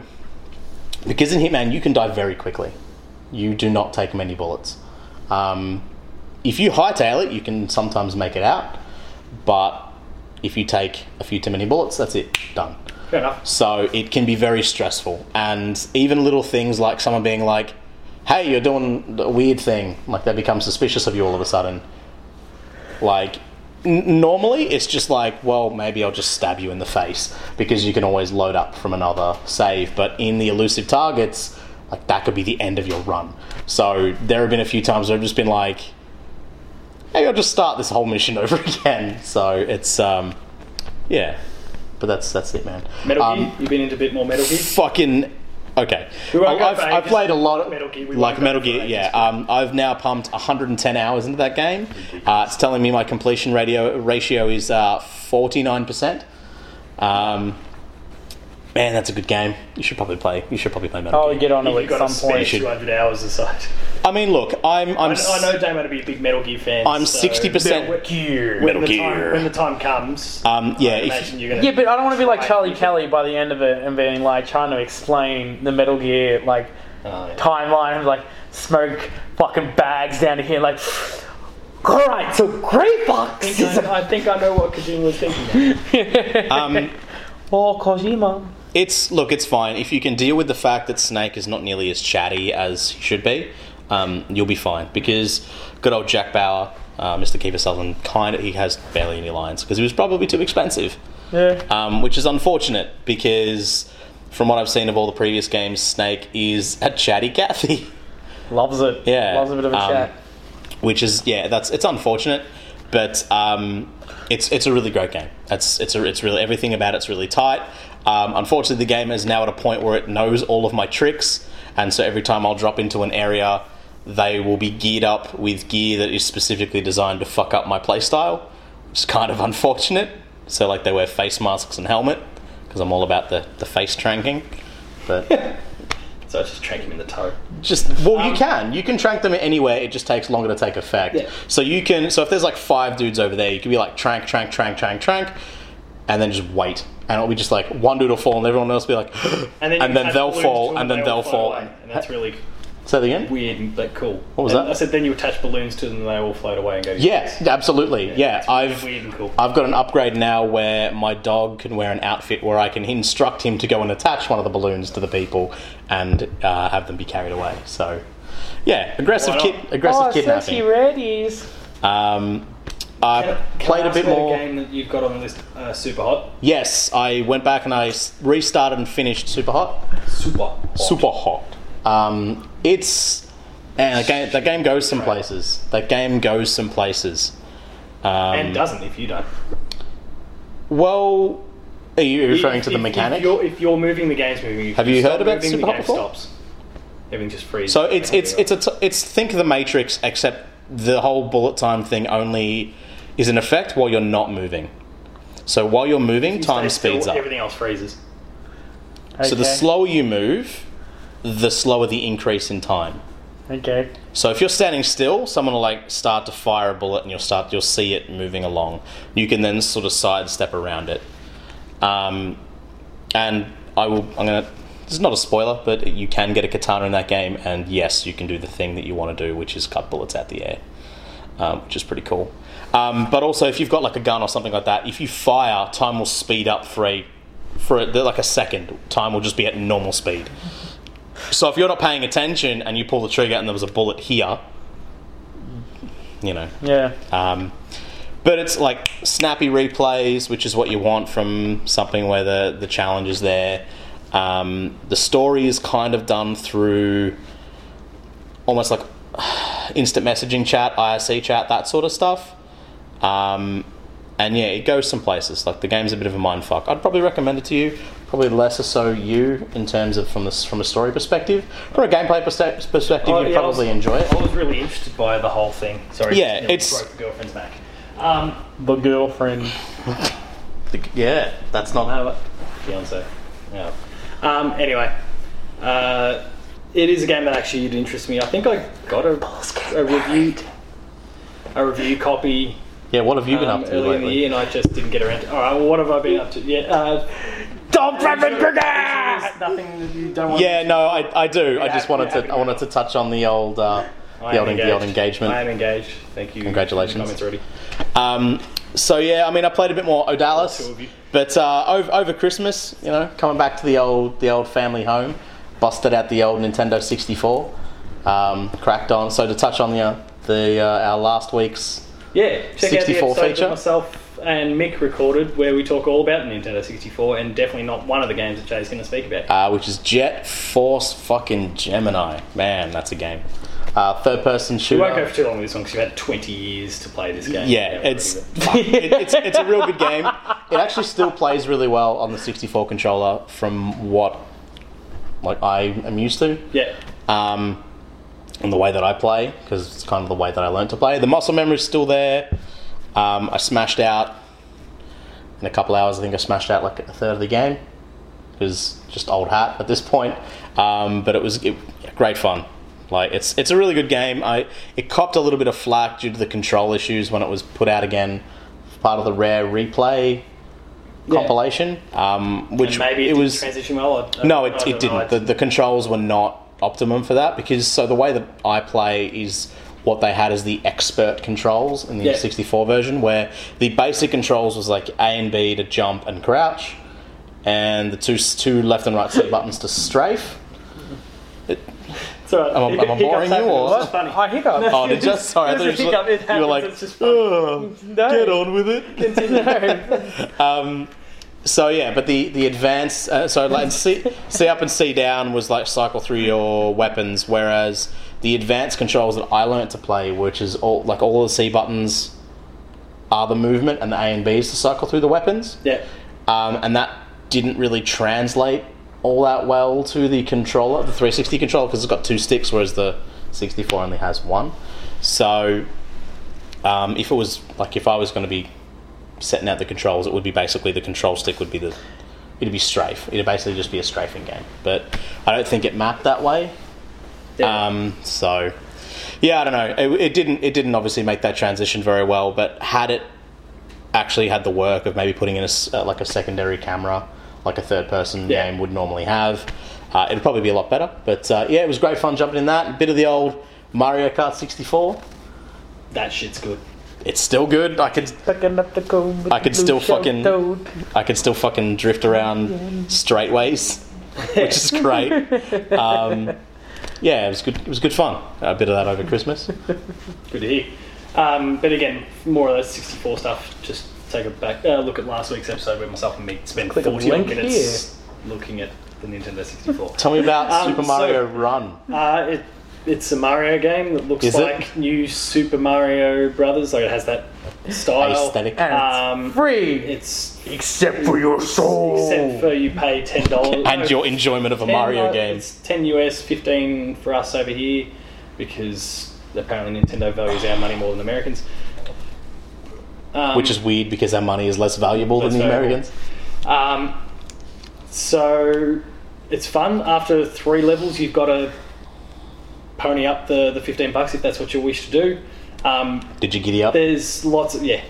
S2: because in Hitman you can die very quickly, you do not take many bullets. Um, if you hightail it, you can sometimes make it out, but if you take a few too many bullets, that's it, done.
S1: fair enough.
S2: So it can be very stressful, and even little things like someone being like, "Hey, you're doing a weird thing," like they become suspicious of you all of a sudden. Like, n- normally it's just like, "Well, maybe I'll just stab you in the face," because you can always load up from another save. But in the elusive targets, like that could be the end of your run. So there have been a few times where I've just been like, "Hey, I'll just start this whole mission over again." So it's um, yeah. But that's that's it, man.
S1: Metal
S2: Um,
S1: Gear. You've been into a bit more Metal Gear.
S2: fucking okay.
S1: We won't
S2: I-
S1: go
S2: I've,
S1: for
S2: I've
S1: ages.
S2: played a lot of
S1: Metal Gear, we won't
S2: like
S1: go
S2: Metal
S1: for
S2: Gear.
S1: ages.
S2: Yeah, um, I've now pumped 110 hours into that game. Uh, it's telling me my completion radio ratio is uh, 49%. Um, man, that's a good game. You should probably play. You should probably play Metal
S1: Oh,
S3: I'll
S2: Gear.
S3: get on it
S1: You've
S3: at
S1: got to
S3: some
S1: spare
S3: point.
S2: should-
S1: 200 hours aside.
S2: I mean, look, I'm I'm
S1: I know, I know Damo to be a big Metal Gear fan.
S2: I'm
S1: so
S2: 60%
S1: when-
S3: Gear.
S1: When the,
S2: Metal
S1: time,
S2: Gear.
S1: when the time comes,
S2: Um, yeah,
S1: I
S2: if-
S1: imagine you're gonna.
S3: Yeah, but I don't want to be like
S1: Right.
S3: Charlie Kelly by the end of it and being like trying to explain the Metal Gear like
S1: Oh, yeah.
S3: timeline of like smoke fucking bags down to here. Like, all right, so Grey Fox is a
S1: I think I know what Kojima was thinking.
S2: um,
S3: oh Kojima.
S2: It's look, it's fine if you can deal with the fact that Snake is not nearly as chatty as he should be. Um, you'll be fine because good old Jack Bauer, uh, Mr. Keeper Sutherland, kind of he has barely any lines because he was probably too expensive,
S3: Yeah.
S2: um, which is unfortunate because from what I've seen of all the previous games, Snake is a chatty Cathy.
S3: Loves it.
S2: Yeah,
S3: Loves a bit of a
S2: um,
S3: chat.
S2: which is yeah, that's it's unfortunate, but um, it's it's a really great game. It's it's a, it's really everything about it's really tight. Um, unfortunately, the game is now at a point where it knows all of my tricks, and so every time I'll drop into an area, they will be geared up with gear that is specifically designed to fuck up my playstyle, which is kind of unfortunate. So like they wear face masks and helmet because I'm all about the the face tranking, but.
S1: so I just drank him in the toe.
S2: Just well, you can you can trank them anywhere. It just takes longer to take effect.
S1: Um, Yeah.
S2: So you can so if there's like five dudes over there, you can be like trank, trank, trank, trank, trank, and then just wait, and it'll be just like one dude will fall, and everyone else will be like, and then,
S1: you catch
S2: they'll
S1: balloons to
S2: fall,
S1: them
S2: and then
S1: they all fly
S2: they'll fall.
S1: away, and that's really
S2: Say that again.
S1: weird and- but cool. What
S2: was that?
S1: I said then you attach balloons to them and they all float away and go.
S2: Yeah, absolutely. Yeah,
S1: it's
S2: I've
S1: weird and cool.
S2: I've got an upgrade now where my dog can wear an outfit where I can instruct him to go and attach one of the balloons to the people and uh, have them be carried away. So, yeah, aggressive
S1: Why
S2: kid,
S1: not?
S2: aggressive
S3: oh,
S2: kidnapping.
S3: sexy reddies.
S2: Um, I
S1: Can, can
S2: played
S1: I
S2: a
S1: ask
S2: bit
S1: about
S2: more.
S1: The game that you've got on the list, uh, super hot.
S2: Yes, I went back and I s- restarted and finished Super Hot.
S1: Super. Hot.
S2: Super Hot. Um, it's and the game. The game goes some places. That game goes some places. Um,
S1: and doesn't if you don't.
S2: Well, are you referring
S1: If-
S2: to the
S1: if-
S2: mechanic?
S1: If you're, if you're moving, the game's moving. If
S2: Have you
S1: stop
S2: heard about
S1: moving,
S2: Super
S1: the
S2: Hot
S1: game
S2: before?
S1: Stops. Everything just freezes.
S2: So it's it's it's a t- it's think of the Matrix, except the whole bullet time thing only is in effect while you're not moving. So while you're moving, time
S1: Stay
S2: speeds
S1: still,
S2: up.
S1: Everything else freezes.
S2: So the
S3: Okay.
S2: slower you move, the slower the increase in time.
S3: Okay.
S2: So if you're standing still, someone will like start to fire a bullet, and you'll start you'll see it moving along. You can then sort of sidestep around it. Um, and I will. I'm gonna. This is not a spoiler, but you can get a katana in that game, and yes, you can do the thing that you want to do, which is cut bullets out the air, um, which is pretty cool. Um, but also, if you've got like a gun or something like that, if you fire, time will speed up for a for a, like a second. Time will just be at normal speed. So if you're not paying attention and you pull the trigger and there was a bullet here, you know.
S3: Yeah.
S2: Um, but it's like snappy replays, which is what you want from something where the, the challenge is there. Um, the story is kind of done through almost like instant messaging chat, IRC chat, that sort of stuff. Um, and yeah, it goes some places. Like the game's a bit of a mind fuck. I'd probably recommend it to you. Probably lesser so you in terms of from this from a story perspective. From a gameplay perspe- perspective,
S1: Oh,
S2: you'd
S1: yeah, I
S2: probably
S1: was-
S2: enjoy it.
S1: I was really interested by the whole thing. Sorry.
S2: Yeah,
S1: nearly
S2: it's-
S1: broke the girlfriend's back. Um,
S3: The girlfriend.
S2: The- yeah, that's not
S1: no, what- fiance. Ah, Yeah. Um, anyway, uh, it is a game that actually did interest me. I think I got a, a review a review copy
S2: Yeah, what have you been
S1: um,
S2: up to
S1: early in the
S2: lately?
S1: year, and I just didn't get around. to All right, well, what have I been up to? Yeah. Uh,
S3: Don't Reverend
S1: There's
S3: Brigade!
S1: nothing that you don't want.
S2: Yeah, no, I, I do. I just
S1: Yeah,
S2: wanted to
S1: yeah.
S2: I wanted to touch on the old uh,
S1: I
S2: the
S1: am
S2: old the old
S1: I
S2: engagement.
S1: am engaged. Thank you.
S2: Congratulations.
S1: Comments already.
S2: Um, so yeah, I mean, I played a bit more
S1: Two
S2: Odalis,
S1: of you.
S2: but uh, over, over Christmas, you know, coming back to the old the old family home, busted out the old Nintendo 64, um, cracked on. So to touch on the uh, the uh, our last week's
S1: Yeah, check out the
S2: 64
S1: episode
S2: feature.
S1: that myself and Mick recorded where we talk all about the Nintendo 64 and definitely not one of the games that Jay's going to speak about.
S2: uh, which is Jet Force fucking Gemini. Man, that's a game. Uh, third person
S1: we
S2: shooter.
S1: won't go for too long with this one because you've had 20 years to play this game.
S2: Yeah,
S1: we're
S2: it's
S1: ready to-
S2: fuck, it, it's it's a real good game. It actually still plays really well on the 64 controller from what like I am used to.
S1: Yeah.
S2: Um, and the way that I play because it's kind of the way that I learned to play. The muscle memory's still there. Um, I smashed out in a couple hours. I think I smashed out like a third of the game because just old hat at this point. Um, but it was it, great fun. Like it's it's a really good game. I it copped a little bit of flack due to the control issues when it was put out again, part of the rare replay compilation. Um, which
S1: And maybe it,
S2: it
S1: didn't
S2: was
S1: transition well. I- I-
S2: no,
S1: I
S2: it,
S1: don't know,
S2: it
S1: I-
S2: didn't. The, the controls were not optimum for that because so the way that I play is what they had as the expert controls in the
S1: Yeah.
S2: 64 version, where the basic controls was like A and B to jump and crouch, and the two s- two left and right set buttons to strafe.
S1: It's all right.
S2: Am I-
S1: Hic-
S2: am I
S1: hiccups
S2: boring you
S1: happen.
S2: or-
S1: It's funny.
S3: I hiccup.
S2: Oh, did you just sorry, I thought you,
S1: There's a
S2: just-
S1: hiccup, it
S2: you were
S1: happens,
S2: like,
S1: it's just fun.
S2: "Ugh,
S3: No.
S2: get on with it. Um, so yeah, but the the advance uh, so like C, C up and C down was like cycle through your weapons, whereas the advanced controls that I learnt to play, which is all like all the C buttons are the movement and the A and B is to cycle through the weapons,
S1: Yeah.
S2: um, and that didn't really translate all that well to the controller, the 360 controller, because it's got two sticks, whereas the 64 only has one. So um, if it was like if I was going to be setting out the controls, it would be basically the control stick would be the it'd be strafe. It'd basically just be a strafing game. But I don't think it mapped that way.
S1: yeah.
S2: Um, so yeah, I don't know. It, it didn't it didn't obviously make that transition very well. But had it actually had the work of maybe putting in a s- uh, like a secondary camera, like a third person
S1: Yeah.
S2: game would normally have, uh, it'd probably be a lot better. But uh, yeah, it was great fun jumping in that. bit of the old Mario Kart 64.
S1: that shit's good.
S2: It's still good. I could
S3: Picking up the comb with
S2: I could
S3: the blue
S2: still
S3: shell
S2: fucking-
S3: toad.
S2: I could still fucking drift around straightways, which is great. Um, yeah, it was good. It was good fun. A bit of that over Christmas.
S1: Good to hear. Um, but again, more of that 64 stuff, just take a back uh, look at last week's episode where myself and Mick spent
S3: Click the
S1: 40 odd
S3: link
S1: minutes looking at the Nintendo 64.
S2: Tell me about
S1: Um,
S2: Super Mario
S1: so-
S2: Run.
S1: Uh, it, it's a Mario game that looks
S2: Is it?
S1: like new Super Mario Brothers. Like it has that style.
S2: Aesthetic.
S3: And it's
S1: Um,
S3: free!
S1: It's
S3: Except for your soul!
S1: except for you pay ten dollars
S2: Oh. and your enjoyment of a Mario game.
S1: uh, It's ten US, fifteen for us over here, because apparently Nintendo values our money more than Americans. Um,
S2: Which is weird because our money is less valuable
S1: Less
S2: than the
S1: valuable.
S2: Americans.
S1: Um, so it's fun. After three levels, you've got to pony up the, the 15 bucks if that's what you wish to do. Um,
S2: Did you giddy up?
S1: there's lots of, yeah.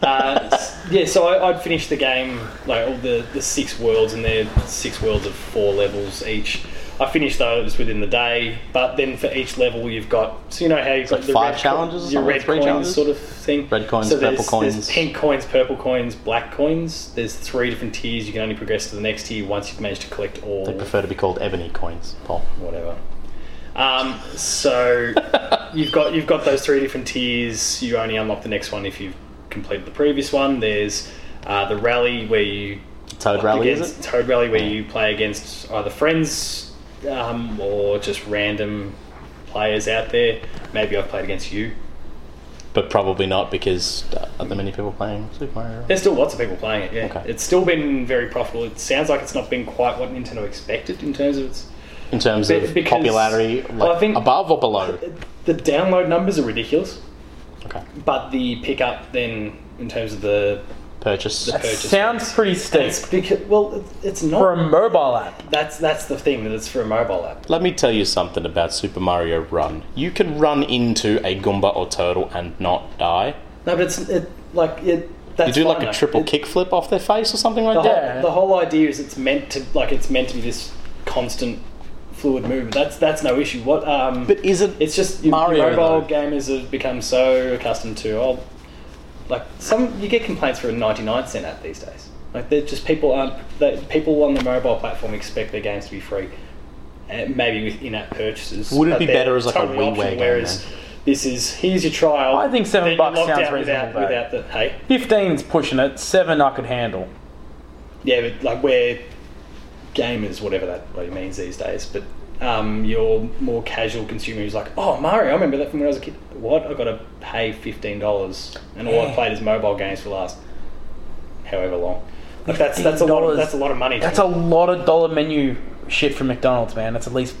S1: Uh, s- yeah, so I, I'd finished the game, like all the, the six worlds, and they're six worlds of four levels each. I finished those within the day, but then for each level you've got, so you know how you've got
S2: Like
S1: the
S2: five
S1: red co-
S2: challenges or
S1: your
S2: something?
S1: red
S2: Three
S1: coins
S2: challenges?
S1: sort of thing.
S2: Red coins,
S1: so there's-
S2: purple
S1: there's
S2: coins.
S1: pink pink coins, purple coins, black coins. There's three different tiers. You can only progress to the next tier once you've managed to collect all
S2: They prefer to be called ebony coins, Paul.
S1: whatever. Um, so you've got you've got those three different tiers. You only unlock the next one if you've completed the previous one. There's uh, the rally where you
S2: Take Toad Rally, is
S1: against
S2: it?
S1: Toad Rally, where you play against either friends um, or just random players out there. Maybe I've played against you.
S2: But probably not because uh, are there many people playing Super Mario?
S1: There's still lots of people playing it. Yeah,
S2: Okay.
S1: it's still been very profitable. It sounds like it's not been quite what Nintendo expected in terms of its.
S2: In terms
S1: Be-
S2: of
S1: because-
S2: popularity, like,
S1: Well, I think-
S2: above or below?
S1: The download numbers are ridiculous,
S2: Okay.
S1: but the pickup then in terms of the
S2: Purchase.
S1: the purchase
S3: Sounds pretty steep
S1: It's because, well, it's not.
S3: for a mobile app.
S1: that's that's the thing that it's for a mobile app.
S2: Let me tell you something about Super Mario Run. You can run into a Goomba or Turtle and not die.
S1: No, but it's it like it.
S2: You
S1: That's
S2: do like
S1: fine, though.
S2: a triple
S1: It-
S2: kickflip off their face or something like
S1: The
S2: that.
S3: Yeah.
S1: whole, the whole idea is it's meant to like it's meant to be this constant fluid movement. That's that's no issue. What um,
S2: But is it?
S1: it's just you,
S2: Mario,
S1: mobile
S2: though.
S1: gamers have become so accustomed to. Oh, like some you get complaints for a ninety nine cent app these days. Like they're just people aren't that people on the mobile platform expect their games to be free. Uh, maybe with in-app purchases.
S2: Would it
S1: but
S2: be
S1: they're
S2: better as, like, a
S1: totally
S2: WiiWare
S1: optional,
S2: game,
S1: Whereas this is here's your trial.
S3: I think seven
S1: then you're
S3: bucks
S1: locked
S3: sounds
S1: out without,
S3: reasonable,
S1: without the hey.
S3: 15's pushing it, 7 I could handle.
S1: yeah, but like we're gamers, whatever that bloody means these days. But um, your more casual consumer who's like, "Oh, Mario, I remember that from when I was a kid." What? I got to pay fifteen dollars, and all I
S3: Yeah.
S1: played is mobile games for the last however long. Like that's that's a lot. Of,
S3: $15.
S1: that's a lot of money. to
S3: That's
S1: me.
S3: a lot of dollar menu shit from McDonald's, man. That's at least.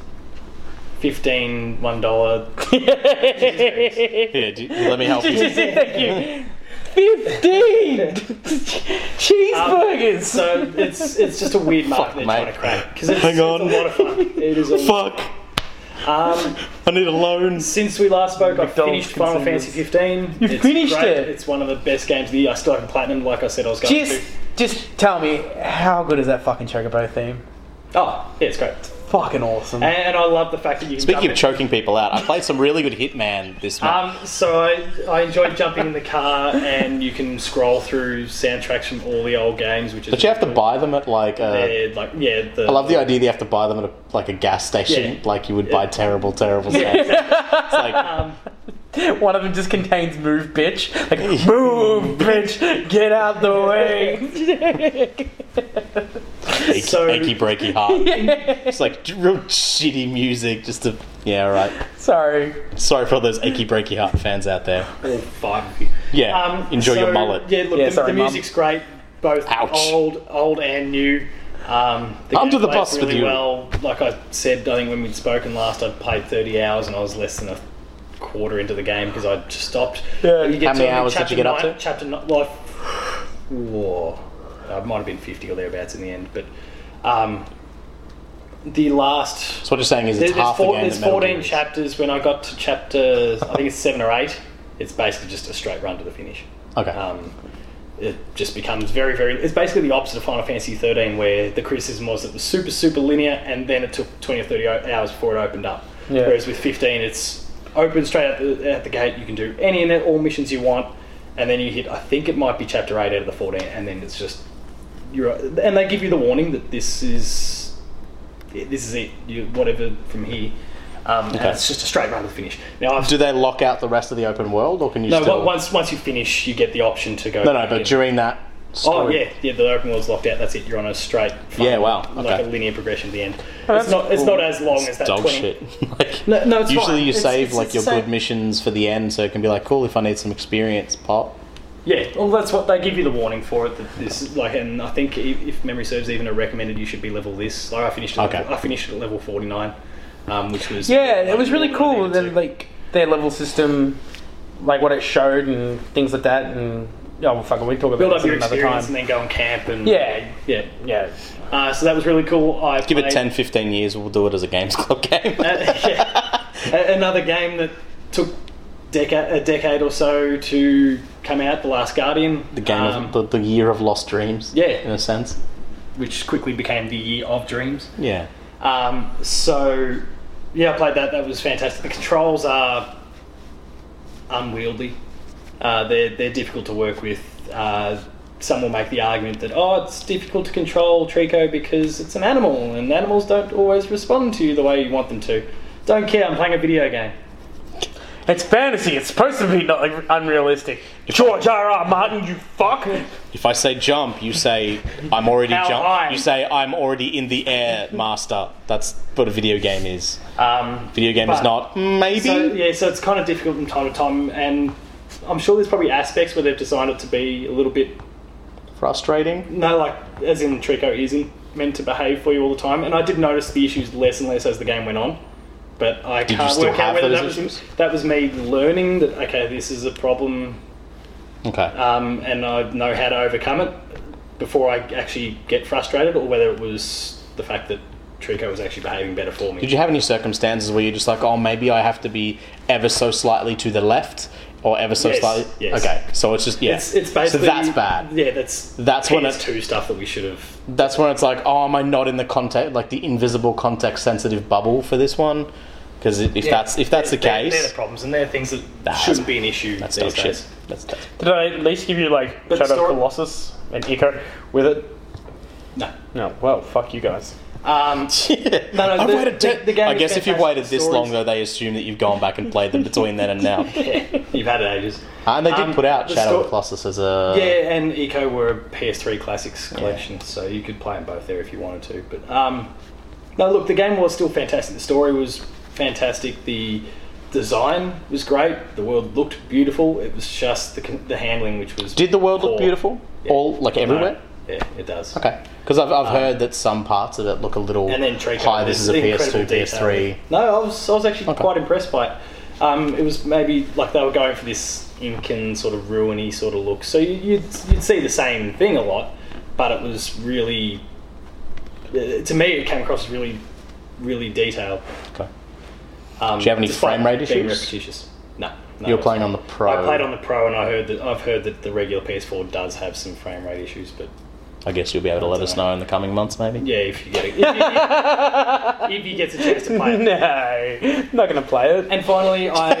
S1: fifteen one dollar.
S3: Thank
S2: Here, do, let me help you.
S3: you. 15! Cheeseburgers!
S1: Um, So it's it's just a weird market
S2: Fuck,
S1: they're
S2: mate.
S1: trying to crack because it's,
S2: Hang
S1: it's a
S2: on.
S1: lot of fun. It is a
S2: Fuck!
S1: Um,
S2: I need a loan.
S1: Since we last spoke, I've
S3: McDonald's
S1: finished Final
S3: consumers.
S1: Fantasy 15.
S3: You've
S1: It's
S3: finished
S1: great.
S3: it?
S1: It's one of the best games of the year. I still haven't platinum, like I said, I was going
S3: just, just tell me, how good is that fucking Chocobo theme?
S1: to. Oh, yeah, it's great.
S3: Fucking awesome.
S1: And, and I love the fact that you. Can
S2: Speaking
S1: jump
S2: of choking people out, I played some really good Hitman this
S1: in.
S2: month.
S1: um, so I, I enjoyed jumping in the car, and you can scroll through soundtracks from all the old games, which is.
S2: but you have to buy them at like a.
S1: They're like yeah. The,
S2: I love the idea that you have to buy them at a, like a gas station,
S1: Yeah.
S2: like you would buy terrible, terrible stuff. it's like
S3: One of them just contains move, bitch. Like, move, bitch, get out the way.
S2: achy,
S1: So-
S2: achy breaky heart. It's like real shitty music, just to yeah, all right.
S3: Sorry.
S2: Sorry for all those achy breaky heart fans out there.
S1: all five of you.
S2: Yeah, enjoy
S1: Um, so,
S2: your mullet.
S1: Yeah, look,
S3: Yeah,
S1: the,
S3: sorry,
S1: the
S3: Mum.
S1: music's great, both
S2: Ouch.
S1: old, old and new. Um, the
S2: Under
S1: game
S2: the
S1: plays
S2: bus with
S1: really
S2: you.
S1: Well, like I said, I think when we'd spoken last, I'd played thirty hours, and I was less than a quarter into the game because I just stopped.
S3: Yeah.
S1: When you
S2: How
S1: to
S2: many hours did
S1: chapter
S2: you get up
S1: nine-
S2: to?
S1: Chapter nine, like, whoa, it might have been fifty or thereabouts in the end, but um, the last
S2: So what you're saying is it's
S1: there- there's,
S2: half
S1: four,
S2: the game.
S1: there's
S2: that Metal
S1: 14
S2: Gear is.
S1: chapters. When I got to chapter, I think it's seven or eight, it's basically just a straight run to the finish.
S2: Okay.
S1: Um, it just becomes very, very. It's basically the opposite of Final Fantasy 13, where the criticism was it was super, super linear, and then it took 20 or 30 o- hours before it opened up.
S3: Yeah.
S1: Whereas with 15, it's open straight out the, out the gate. You can do any and all missions you want, and then you hit. I think it might be chapter eight out of the 14, and then it's just you're. And they give you the warning that this is this is it. You, whatever from here. Um, and
S2: Okay.
S1: it's just a straight run to the finish. Now, I've
S2: Do they lock out the rest of the open world, or can you
S1: no,
S2: still?
S1: on- once once you finish, you get the option to go.
S2: no, no.
S1: back
S2: But
S1: in.
S2: during that. Story,
S1: Oh yeah, yeah. The open world's locked out. That's it. You're on a straight. front,
S2: Yeah, wow,
S1: Like
S2: okay.
S1: a linear progression to the end.
S3: Oh, that's
S1: it's not. It's not
S3: cool.
S1: as long as that.
S2: dog
S1: 20.
S2: shit. like,
S1: No, no, it's
S2: usually
S1: fine.
S2: you
S1: It's-
S2: save
S1: it's-
S2: like
S1: it's
S2: your
S1: the same.
S2: good missions for the end, so it can be like, cool. If I need some experience, pop.
S1: Yeah. Well, that's what they give you the warning for it. That this is like, and I think i- if memory serves, even a recommended you should be level this. Like I finished. At
S2: Okay.
S1: Level, I finished at level forty nine, um, which was
S3: Yeah, it was really
S1: what I
S3: cool.
S1: needed to.
S3: Then like their level system, like what it showed and things like that, and oh well, fuck it, we can talk about
S1: build
S3: this
S1: up your
S3: another
S1: experience
S3: time.
S1: and then go and camp and
S3: Yeah.
S1: yeah.
S3: Yeah,
S1: Uh, so that was really cool. I
S2: Give it
S1: played-
S2: 10, 15 years, we'll do it as a Games Club game.
S1: Uh, yeah. A- Another game that took deca- a decade or so to come out, The Last Guardian.
S2: the game
S1: um,
S2: of the, the year of lost dreams.
S1: Yeah.
S2: in a sense.
S1: which quickly became the Year of Dreams.
S2: Yeah,
S1: Um, so, yeah, I played that. That was fantastic. The controls are unwieldy. Uh, they're they're difficult to work with. Uh, some will make the argument that oh, it's difficult to control Trico because it's an animal, and animals don't always respond to you the way you want them to. Don't care. I'm playing a video game.
S3: It's fantasy. It's supposed to be not like, unrealistic. George R. R. Martin, you fuck.
S2: If I say jump, you say I'm already
S1: How
S2: jump.
S1: high?
S2: You say I'm already in the air, master. That's what a video game is.
S1: Um,
S2: Video game is
S1: But-
S2: not maybe.
S1: so, yeah, so it's kind of difficult from time to time, and I'm sure there's probably aspects where they've designed it to be a little bit
S2: Frustrating.
S1: no, like as in Trico isn't meant to behave for you all the time. And I did notice the issues less and less as the game went on. But I
S2: you
S1: can't
S2: still
S1: work
S2: have
S1: out whether
S2: those
S1: that was,
S2: issues?
S1: that was me learning that okay, this is a problem,
S2: Okay.
S1: um, and I know how to overcome it before I actually get frustrated, or whether it was the fact that Trico was actually behaving better for me.
S2: Did you have any circumstances where you're just like, oh, maybe I have to be ever so slightly to the left or ever so
S1: Yes,
S2: slightly?
S1: yes.
S2: Okay, so it's just yeah.
S1: it's, it's basically
S2: so that's bad.
S1: Yeah, that's
S2: That's when it-
S1: two stuff that we should have
S2: That's when it's like, oh, am I not in the context, like the invisible context sensitive bubble for this one? Because if that's if that's the
S1: They're-
S2: case,
S1: They're, the problems, and they're things that
S2: That's-
S1: shouldn't be an issue.
S2: that's
S1: these
S2: dog
S1: days.
S2: shit. That's, that's
S3: Did I at least give you like
S1: But
S3: Shadow
S1: story-
S3: of Colossus and Ico with it?
S1: No.
S3: No. Well, fuck you guys.
S1: Um, No, no,
S2: I've
S1: the-
S2: waited
S1: the-
S2: te-
S1: the game
S2: I
S1: is
S2: guess if you've
S1: fantastic.
S2: waited this
S1: Stories-
S2: long, though, they assume that you've gone back and played them between then and now. Uh,
S1: yeah, you've had it ages.
S2: and they did
S1: Um,
S2: put out
S1: the
S2: Shadow of
S1: sto-
S2: the Colossus as a
S1: Yeah, and Eco were a PS3 Classics collection, so you could play them both there if you wanted to. But um, no, look, the game was still fantastic. The story was fantastic. The design was great. The world looked beautiful. It was just the, con- the handling, which was
S2: Did the world
S1: poor.
S2: look beautiful?
S1: Yeah.
S2: All like everywhere?
S1: No. Yeah, it does.
S2: Okay, because I've, I've heard that some parts of it look a little
S1: Um, and then Trico.
S2: high. This is a PS2,
S1: incredible
S2: PS3.
S1: detail. No, I was, I was actually
S2: Okay.
S1: quite impressed by it. Um, it was maybe like they were going for this Incan sort of ruiny sort of look. So you, you'd, you'd see the same thing a lot, but it was really, uh, to me, it came across as really, really detailed.
S2: Okay.
S1: Um,
S2: Do you have any
S1: despite
S2: frame rate
S1: being
S2: issues?
S1: Repetitious. No, no.
S2: You were playing on the Pro.
S1: I played on the Pro, and I heard that I've heard that the regular PS4 does have some frame rate issues, but
S2: I guess you'll be able to let us know in the coming months, maybe.
S1: yeah, if you get a, if, you, if you get a chance to play it.
S3: No, not gonna play it.
S1: And finally, I.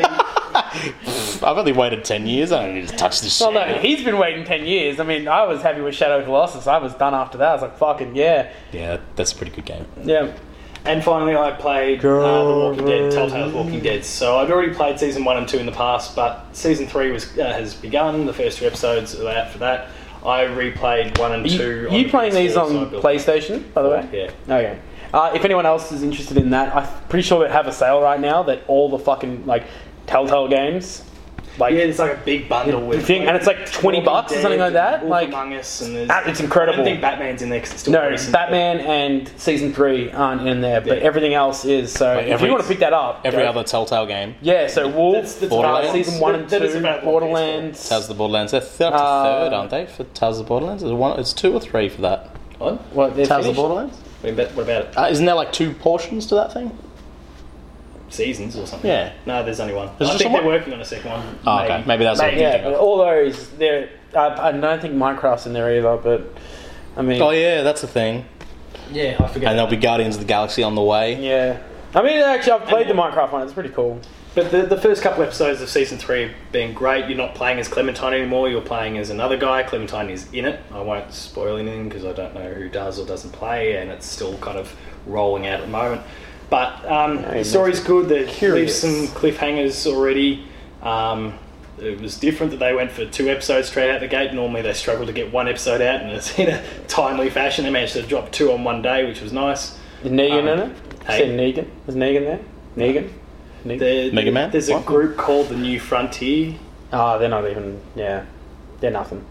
S2: I've only waited ten years. I don't need to touch this
S3: Well,
S2: shit.
S3: no, he's been waiting ten years. I mean, I was happy with Shadow of Colossus. I was done after that. I was like, fucking yeah,
S2: Yeah, that's a pretty good game.
S3: yeah.
S1: And finally, I played uh, The Walking Dead, Telltale's Walking Dead. So I'd already played season one and two in the past, but season three was uh, has begun. The first two episodes are out for that. I replayed one and two.
S3: You,
S1: on
S3: you playing
S1: PS4,
S3: these
S1: so I
S3: on
S1: built-
S3: PlayStation, by the way?
S1: Yeah.
S3: Okay. Uh, if anyone else is interested in that, I'm pretty sure they have a sale right now that all the fucking like Telltale games, like
S1: Yeah, it's like a big bundle with.
S3: thing, and it's like 20
S1: Walking
S3: bucks or something
S1: Dead
S3: like that.
S1: and Wolf
S3: Like
S1: Among Us, and there's-
S3: Ah, it's incredible.
S1: I don't think Batman's in there 'cause it's still
S3: no,
S1: recent, but-
S3: Batman and season three aren't in there, but
S1: Yeah.
S3: everything else is. So if
S2: every-
S3: you want to pick that up,
S2: Every
S3: go-
S2: other Telltale game
S3: Yeah, so
S1: That's-
S3: Wolf,
S1: that's
S2: Borderlands?
S3: uh, season one and
S1: That- that is
S3: two,
S1: about what it is for.
S3: Borderlands.
S2: Tales of the Borderlands. They're th- up to
S3: Uh,
S2: third, aren't they? For Tales of the Borderlands, it's one, it's two or three for that.
S1: What?
S3: What, they're
S2: Tales of the
S3: finished?
S2: Borderlands.
S1: What about what about it?
S2: Uh, isn't there like two portions to that thing?
S1: Seasons or something?
S2: Yeah.
S1: No, there's only one.
S2: There's
S1: I
S2: just
S1: think
S2: one?
S1: they're working on a second one.
S2: Oh, okay, maybe that's what I'm
S1: Maybe.
S2: thinking.
S3: Yeah, but all those. There, I, I don't think Minecraft's in there either. But I mean,
S2: Oh yeah, that's a thing.
S1: Yeah, I forget.
S2: And there'll be Guardians of the Galaxy on the way.
S3: yeah. I mean, actually, I've played the Minecraft one. It's pretty cool.
S1: But the, the first couple episodes of season three have been great. You're not playing as Clementine anymore. You're playing as another guy. Clementine is in it. I won't spoil anything because I don't know who does or doesn't play, and it's still kind of rolling out at the moment. But um, the story's good. They leave
S3: Curious.
S1: some cliffhangers already. Um, it was different that they went for two episodes straight out the gate. Normally they struggle to get one episode out, and it's in a timely fashion. They managed to drop two on one day, which was nice.
S3: Is Negan
S1: Um,
S3: in it?
S1: hey.
S3: Is there Negan? Is Negan there? Negan. Negan.
S1: There-
S2: Mega Man?
S1: There's a
S2: What?
S1: group called the New Frontier.
S3: Ah, they're not even. Yeah, they're nothing.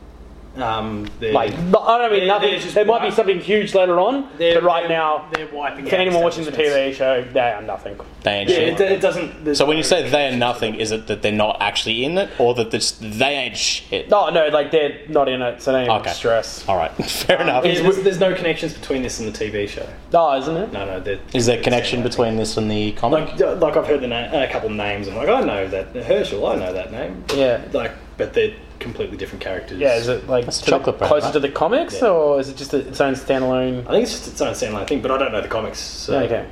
S1: Um, they're-
S3: Like no- I don't mean
S1: They're-
S3: nothing.
S1: they're just
S3: there might be
S1: white.
S3: something huge later on,
S1: They're-
S3: but right
S1: they're-
S3: now,
S1: they're wiping.
S3: for
S1: out
S3: anyone watching the
S1: establishments.
S3: TV show, they are nothing.
S2: They ain't
S1: yeah,
S2: shit.
S1: it, it doesn't. there's
S2: So when you
S1: no-
S2: say they are nothing, is it that they're not actually in it, or that this, they ain't shit?
S3: Oh, No, no, like they're not in it, so they don't
S2: Okay.
S3: even stress.
S2: All right, fair enough.
S1: Yeah,
S2: Is,
S1: there's, there's no connections between this and the TV show.
S3: Oh, isn't it?
S1: No, no. they're-
S2: there connection between this and the comic?
S1: Like, like I've heard the na- uh, a couple of names. I'm like, I know that Herschel. I know that name.
S3: Yeah.
S1: Like, but they're completely different characters.
S3: Yeah, is it like
S2: That's
S3: to the-
S2: chocolate brand,
S3: closer
S2: right?
S3: to the comics,
S1: Yeah.
S3: or is it just its own standalone?
S1: I think it's just its own standalone thing, but I don't know the comics. So,
S3: Okay.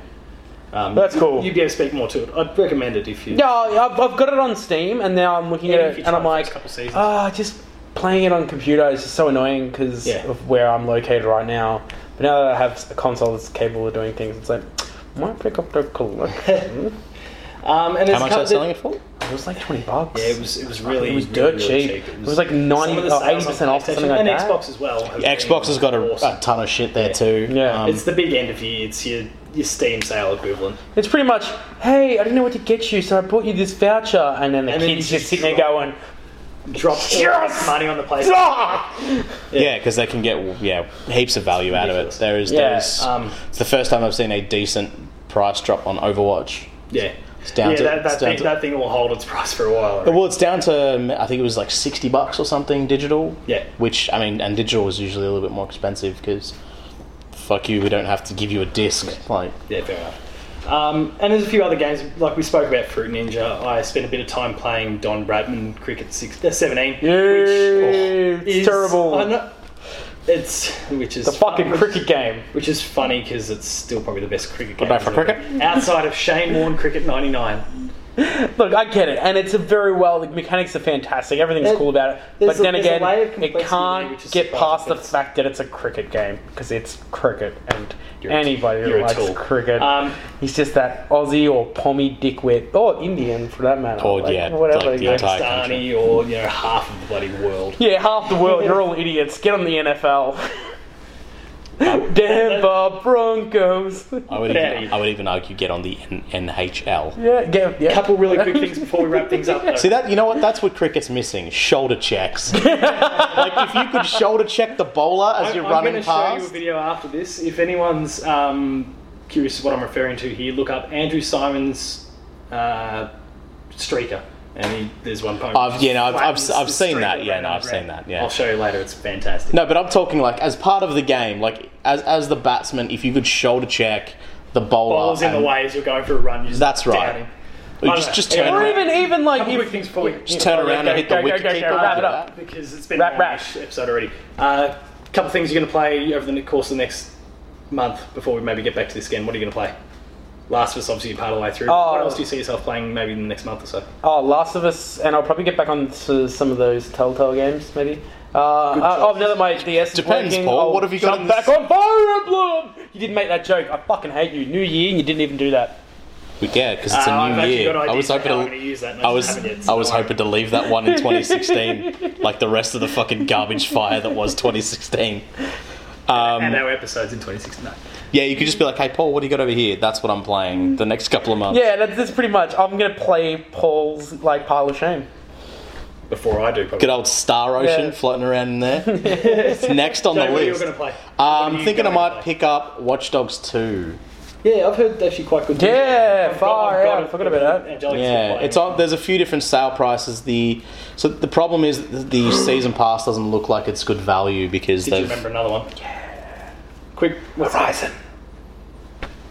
S1: um,
S3: That's cool.
S1: You'd be able to speak more to it. I'd recommend it if you.
S3: Yeah, I've, I've got it on Steam, and now I'm looking
S1: Yeah,
S3: at
S1: if you
S3: it,
S1: try
S3: and I'm
S1: the first
S3: like,
S1: couple seasons.
S3: ah, just playing it on computer is just so annoying because
S1: Yeah.
S3: of where I'm located right now. But now that I have a console that's capable of doing things, it's like, might pick up the collection.
S1: Um, and there's
S2: How much
S1: a couple-
S2: are they selling it for?
S3: It was like twenty bucks.
S1: Yeah, it was it was really
S3: It was
S1: really,
S3: dirt
S1: really
S3: cheap. It was like 90
S1: some of the
S3: or
S1: sales on
S3: 80% off or
S1: PlayStation
S3: something like
S1: and
S3: that.
S1: Xbox as well. have been
S2: Xbox has got a,
S1: awesome.
S2: a ton of shit there too. Um,
S3: Yeah.
S1: it's the big end of year. It's your your Steam sale equivalent.
S3: It's pretty much, hey, I didn't know what to get you, so I bought you this voucher, and then the
S1: And then
S3: kids
S1: you
S3: just sitting there going,
S1: Drop all
S3: Yes!
S1: money on the PlayStation.
S3: ah!
S2: Yeah, because they can get yeah heaps of value out of it.
S1: Ridiculous.
S2: There is,
S3: Yeah,
S2: there is.
S1: um,
S2: it's the first time I've seen a decent price drop on Overwatch.
S1: Yeah,
S2: It's down
S1: yeah.
S2: to-
S1: that,
S2: it's
S1: that,
S2: down
S1: thing,
S2: to-
S1: that thing will hold its price for a while. I reckon.
S2: Well, it's down to I think it was like sixty bucks or something digital.
S1: Yeah.
S2: Which I mean, and digital is usually a little bit more expensive because fuck you, we don't have to give you a disc. Like
S1: Yeah, fair enough. Um, and there's a few other games, like we spoke about Fruit Ninja. I spent a bit of time playing Don Bradman Cricket six, uh, 17.
S3: Yeah, it's
S1: is-
S3: terrible.
S1: I know- it's which is
S3: The fucking
S1: fun-
S3: cricket game.
S1: Which is funny because it's still probably the best cricket game.
S2: about for
S1: ever.
S2: cricket?
S1: Outside of Shane Warne Cricket 99.
S3: Look, I get it, and it's a very well. The mechanics are fantastic. Everything's
S1: There-
S3: cool about it. But
S1: there's a-
S3: then
S1: there's a
S3: again,
S1: layer of
S3: it
S1: complexity there
S3: can't
S1: which is
S3: get past
S1: surprising,
S3: the
S1: but it's-
S3: fact that it's a cricket game because it's cricket, and
S1: You're a-
S3: anybody
S1: you're
S3: who
S1: a
S3: likes
S1: tool.
S3: cricket,
S1: Um,
S3: he's just that Aussie or Pommy dickwit or Indian for that matter.
S2: Or,
S3: like,
S2: yeah,
S3: whatever.
S2: like the
S3: you know.
S2: entire- country.
S1: Pakistani or you know half of the bloody world.
S3: yeah, half the world. You're all idiots. Get on the NFL.
S1: Um,
S3: Denver Broncos.
S2: I would,
S1: Yeah.
S2: even, I would even argue get on the N- NHL.
S3: yeah, get, yeah.
S1: A couple really quick things before we wrap things up. Though.
S2: See that you know what? That's what cricket's missing: shoulder checks. like if you could shoulder check the bowler as you're
S1: I'm, I'm
S2: running
S1: going to show you a
S2: past.
S1: video after this. If anyone's um, curious what I'm referring to here, look up Andrew Simon's uh, streaker, and he, there's one. poem
S2: I've- yeah, no, I've- I've-
S1: flattens
S2: I've
S1: the
S2: seen
S1: streaker
S2: that, yeah,
S1: around
S2: no, I've
S1: and
S2: seen
S1: around.
S2: that, yeah.
S1: I'll show you later. It's fantastic.
S2: No, but I'm talking like as part of the game, like as as the batsman, if you could shoulder check the bowler,
S1: balls in the
S2: and-
S1: way as you're going for a run. You just
S2: That's right.
S1: down him.
S2: Or
S1: I
S2: just
S1: don't
S2: just
S1: know.
S2: turn
S3: Or
S1: Anyway,
S2: around,
S3: even, even like
S1: Couple
S3: if-
S1: quick things before we-
S2: just turn around and hit the
S3: Go, go, go,
S2: wicket
S3: go,
S2: keeper.
S3: go, wrap it up.
S1: because it's been
S3: Wrap,
S1: a
S3: wrap.
S1: episode already. Uh, a couple things you're going to play over the course of the next month before we maybe get back to this again. What are you going to play? Last of Us, obviously, you're part of the way through.
S3: Oh.
S1: What else do you see yourself playing maybe in the next month or so?
S3: Oh, Last of Us, and I'll probably get back on to some of those Telltale games, maybe. Uh, uh, oh, now that my DS is
S2: Depends,
S3: working,
S2: Paul.
S3: I'll
S2: What have you got
S3: jump
S2: in
S3: back
S2: this-
S3: on Fire Emblem? You didn't make that joke. I fucking hate you. New Year, and you didn't even do that.
S2: yeah, because it's a
S1: Uh, I've
S2: new
S1: actually
S2: year.
S1: got
S2: I
S1: ideas
S2: was
S1: for
S2: hoping
S1: how I'm gonna
S2: to,
S1: use that. and
S2: I
S1: just haven't yet,
S2: was
S1: so
S2: I was
S1: don't worry.
S2: hoping to leave that one in 2016, like the rest of the fucking garbage fire that was 2016.
S1: And
S2: um,
S1: our episodes in 2016. No.
S2: Yeah, you could just be like, hey, Paul, what do you got over here? That's what I'm playing the next couple of months.
S3: Yeah, that's, that's pretty much. I'm gonna play Paul's like pile of shame.
S1: Before I do, probably.
S2: Good old Star Ocean
S3: Yeah.
S2: floating around in there. it's next on
S1: So
S2: the
S1: what are you
S2: list.
S1: going to play? What are
S2: I'm
S1: you
S2: thinking I
S1: gonna
S2: might
S1: play?
S2: pick up Watch Dogs 2.
S1: Yeah, I've heard actually quite good.
S3: Yeah,
S1: I've got-
S3: far
S1: I've got
S3: out.
S1: it.
S3: Forgot about that.
S1: Angelica's been
S2: Yeah,
S1: playing
S2: it's
S1: it.
S2: on. There's a few different sale prices. The so the problem is that the season pass doesn't look like it's good value because
S1: Did you
S2: they've
S1: remember another one? Yeah. Quick, what's
S3: Horizon.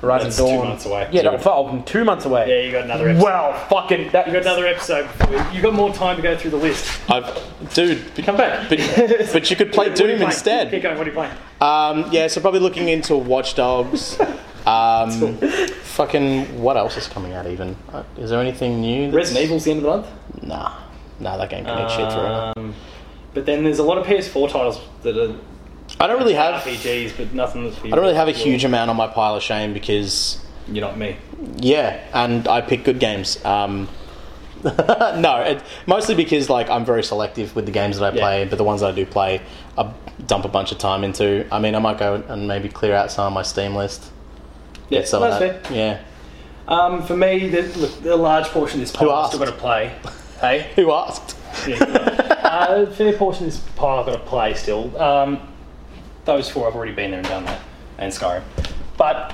S3: Horizon
S1: That's two
S3: Dawn.
S1: months away.
S3: Yeah, no, well, two months
S1: that? Yeah,
S3: away.
S1: you got another episode.
S3: Wow, fucking. That,
S1: You got another episode. before- You got more time to go through the list.
S2: I've dude but,
S1: Come back.
S2: but, but you could play
S1: What are you
S2: Doom
S1: playing?
S2: instead.
S1: Keep going. What are you playing?
S2: Um, yeah, so probably looking into Watch Dogs. Um, fucking what else is coming out? Even Uh, is there anything new? that's-
S1: Resident Evil's the end of the month.
S2: Nah, nah, that game can eat shit forever.
S1: Um, but then there's a lot of PS4 titles that are
S2: I don't really have. I
S1: RPGs, but nothing that's. I
S2: don't really have a huge amount on my pile of shame because
S1: You're not me.
S2: Yeah, and I pick good games. Um, no, it, mostly because like I'm very selective with the games that I
S1: Yeah.
S2: play, but the ones that I do play, I dump a bunch of time into. I mean, I might go and maybe clear out some of my Steam list.
S1: Yeah,
S2: Some
S1: that's
S2: of
S1: fair.
S2: that. Yeah.
S1: Um, for me, the, look, the large portion of this pile I've
S2: asked?
S1: still got to play. Hey.
S2: Who asked?
S1: Yeah, uh, fair portion of this pile I've got to play still. Um, those four I've already been there and done that, and Skyrim. But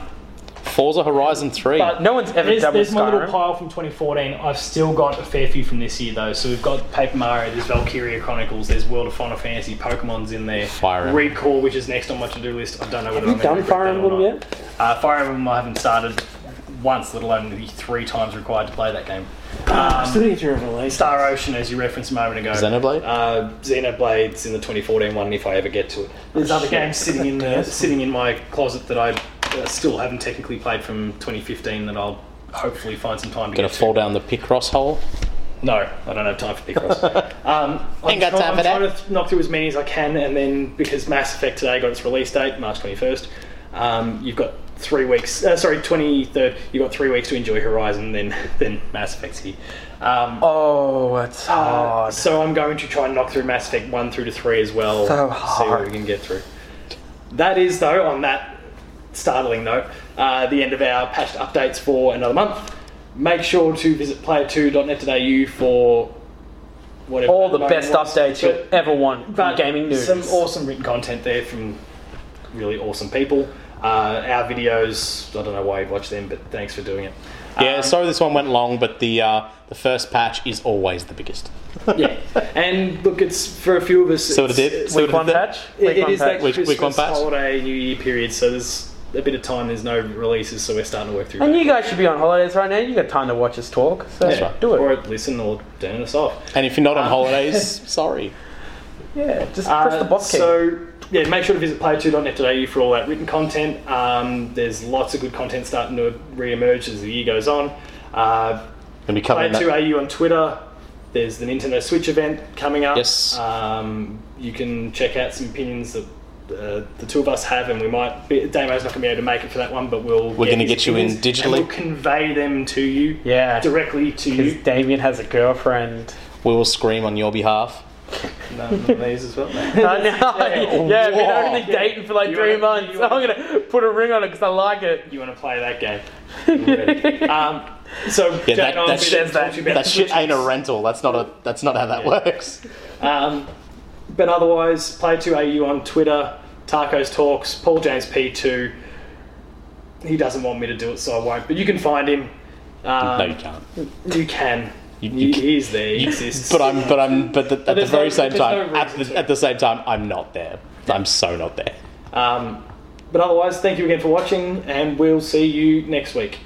S2: Forza Horizon Three.
S1: But
S3: No one's ever
S1: there's,
S3: double
S1: there's my little
S3: Skyrim.
S1: pile from 2014. I've still got a fair few from this year though. So we've got Paper Mario, there's Valkyria Chronicles, there's World of Final Fantasy, Pokemon's in there.
S2: Fire Emblem.
S1: Recall, which is next on my to-do list. I don't know whether
S3: you
S1: I'm gonna
S3: done
S1: record
S3: Fire
S1: that or
S3: Emblem
S1: not.
S3: yet?
S1: Uh, Fire Emblem, I haven't started once, let alone the three times required to play that game. Um,
S3: need to release.
S1: Star Ocean, as you referenced a moment ago.
S2: Xenoblade?
S1: Uh, Xenoblade's in the 2014 one, if I ever get to it. There's other games sitting in the, sitting in my closet that I uh, still haven't technically played from 2015 that I'll hopefully find some time to
S2: Gonna
S1: get
S2: fall
S1: to.
S2: down the Picross hole.
S1: No, I don't have time for Picross. um, I'm
S2: Ain't got
S1: try-
S2: time
S1: I'm
S2: for that.
S1: trying to knock through as many as I can, and then because Mass Effect today got its release date, March 21st, um, you've got three weeks. Uh, sorry, 23rd. You've got three weeks to enjoy Horizon, then then Mass Effect's here. Um,
S3: Oh, it's
S1: uh,
S3: hard.
S1: so I'm going to try and knock through Mass Effect 1 through to 3 as well.
S3: So
S1: See what
S3: hard.
S1: we can get through. That is, though, on that startling note, uh, the end of our patched updates for another month. Make sure to visit player2.net.au for whatever.
S3: All the
S1: that
S3: best
S1: was.
S3: updates you'll
S1: But-
S3: ever want from
S1: but
S3: gaming news.
S1: Some awesome written content there from really awesome people. Uh, our videos, I don't know why you'd watch them, but thanks for doing it.
S2: Yeah,
S1: Um,
S2: sorry this one went long, but the uh, the first patch is always the biggest.
S1: yeah. And look, it's for a few of us.
S2: So what it
S1: it's-
S2: did?
S1: it's-
S2: So what
S3: Week
S2: it
S3: one
S2: did there?
S3: patch?
S1: It-
S3: Week
S1: it
S3: one
S1: is that
S3: patch.
S2: Week-
S1: Christmas
S2: week one patch?
S1: holiday, New Year period, so there's a bit of time. There's no releases, so we're starting to work through.
S3: And
S1: that.
S3: you guys should be on holidays right now. You got time to watch us talk. So
S2: That's right.
S3: do it.
S1: Or listen or turn us off.
S2: And if you're
S1: Um,
S2: not on holidays, sorry.
S3: Yeah, just
S1: Uh,
S3: press the box key.
S1: So yeah, make sure to visit player2.net today for all that written content. Um, there's lots of good content starting to re-emerge as the year goes on. Uh,
S2: Gonna be covering that.
S1: Player2AU on Twitter. There's the Nintendo Switch event coming up.
S2: Yes.
S1: Um, you can check out some opinions that uh, the two of us have, and we might. Be, Damo's not going to be able to make it for that one, but we'll.
S2: We're gonna
S1: his
S2: get you in
S1: opinions, and
S2: digitally.
S1: we'll convey them to you.
S3: Yeah.
S1: Directly to
S3: Because
S1: you.
S3: Damien has a girlfriend.
S2: We will scream on your behalf.
S1: No, no, these as well.
S3: I know. Yeah, I've been
S2: Whoa.
S3: only dating for like
S1: You
S3: three
S1: wanna-
S3: months.
S1: you
S3: So
S1: wanna-
S3: I'm gonna put a ring on it because I like it.
S1: You want to play that game? um, so
S2: Yeah, that-
S1: Jane, I'll
S2: that
S1: be
S2: shit-
S1: there to talk to you about
S2: That
S1: the
S2: shit ain't a
S1: Switches.
S2: rental. That's not a. That's not how that works.
S1: Um, but otherwise, play 2AU on Twitter, Tarko's Talks, Paul James P2. He doesn't want me to do it, so I won't. But you can find him. Um,
S2: no, you can't.
S1: You can.
S2: You-
S1: He-
S2: you can-
S1: He's there. He exists.
S2: But I'm. But I'm. But the, at the
S1: there's
S2: very
S1: no-
S2: same
S1: there's no
S2: time, at,
S1: reason
S2: the,
S1: to.
S2: at the same time, I'm not there. I'm so not there.
S1: Um, but otherwise, thank you again for watching, and we'll see you next week.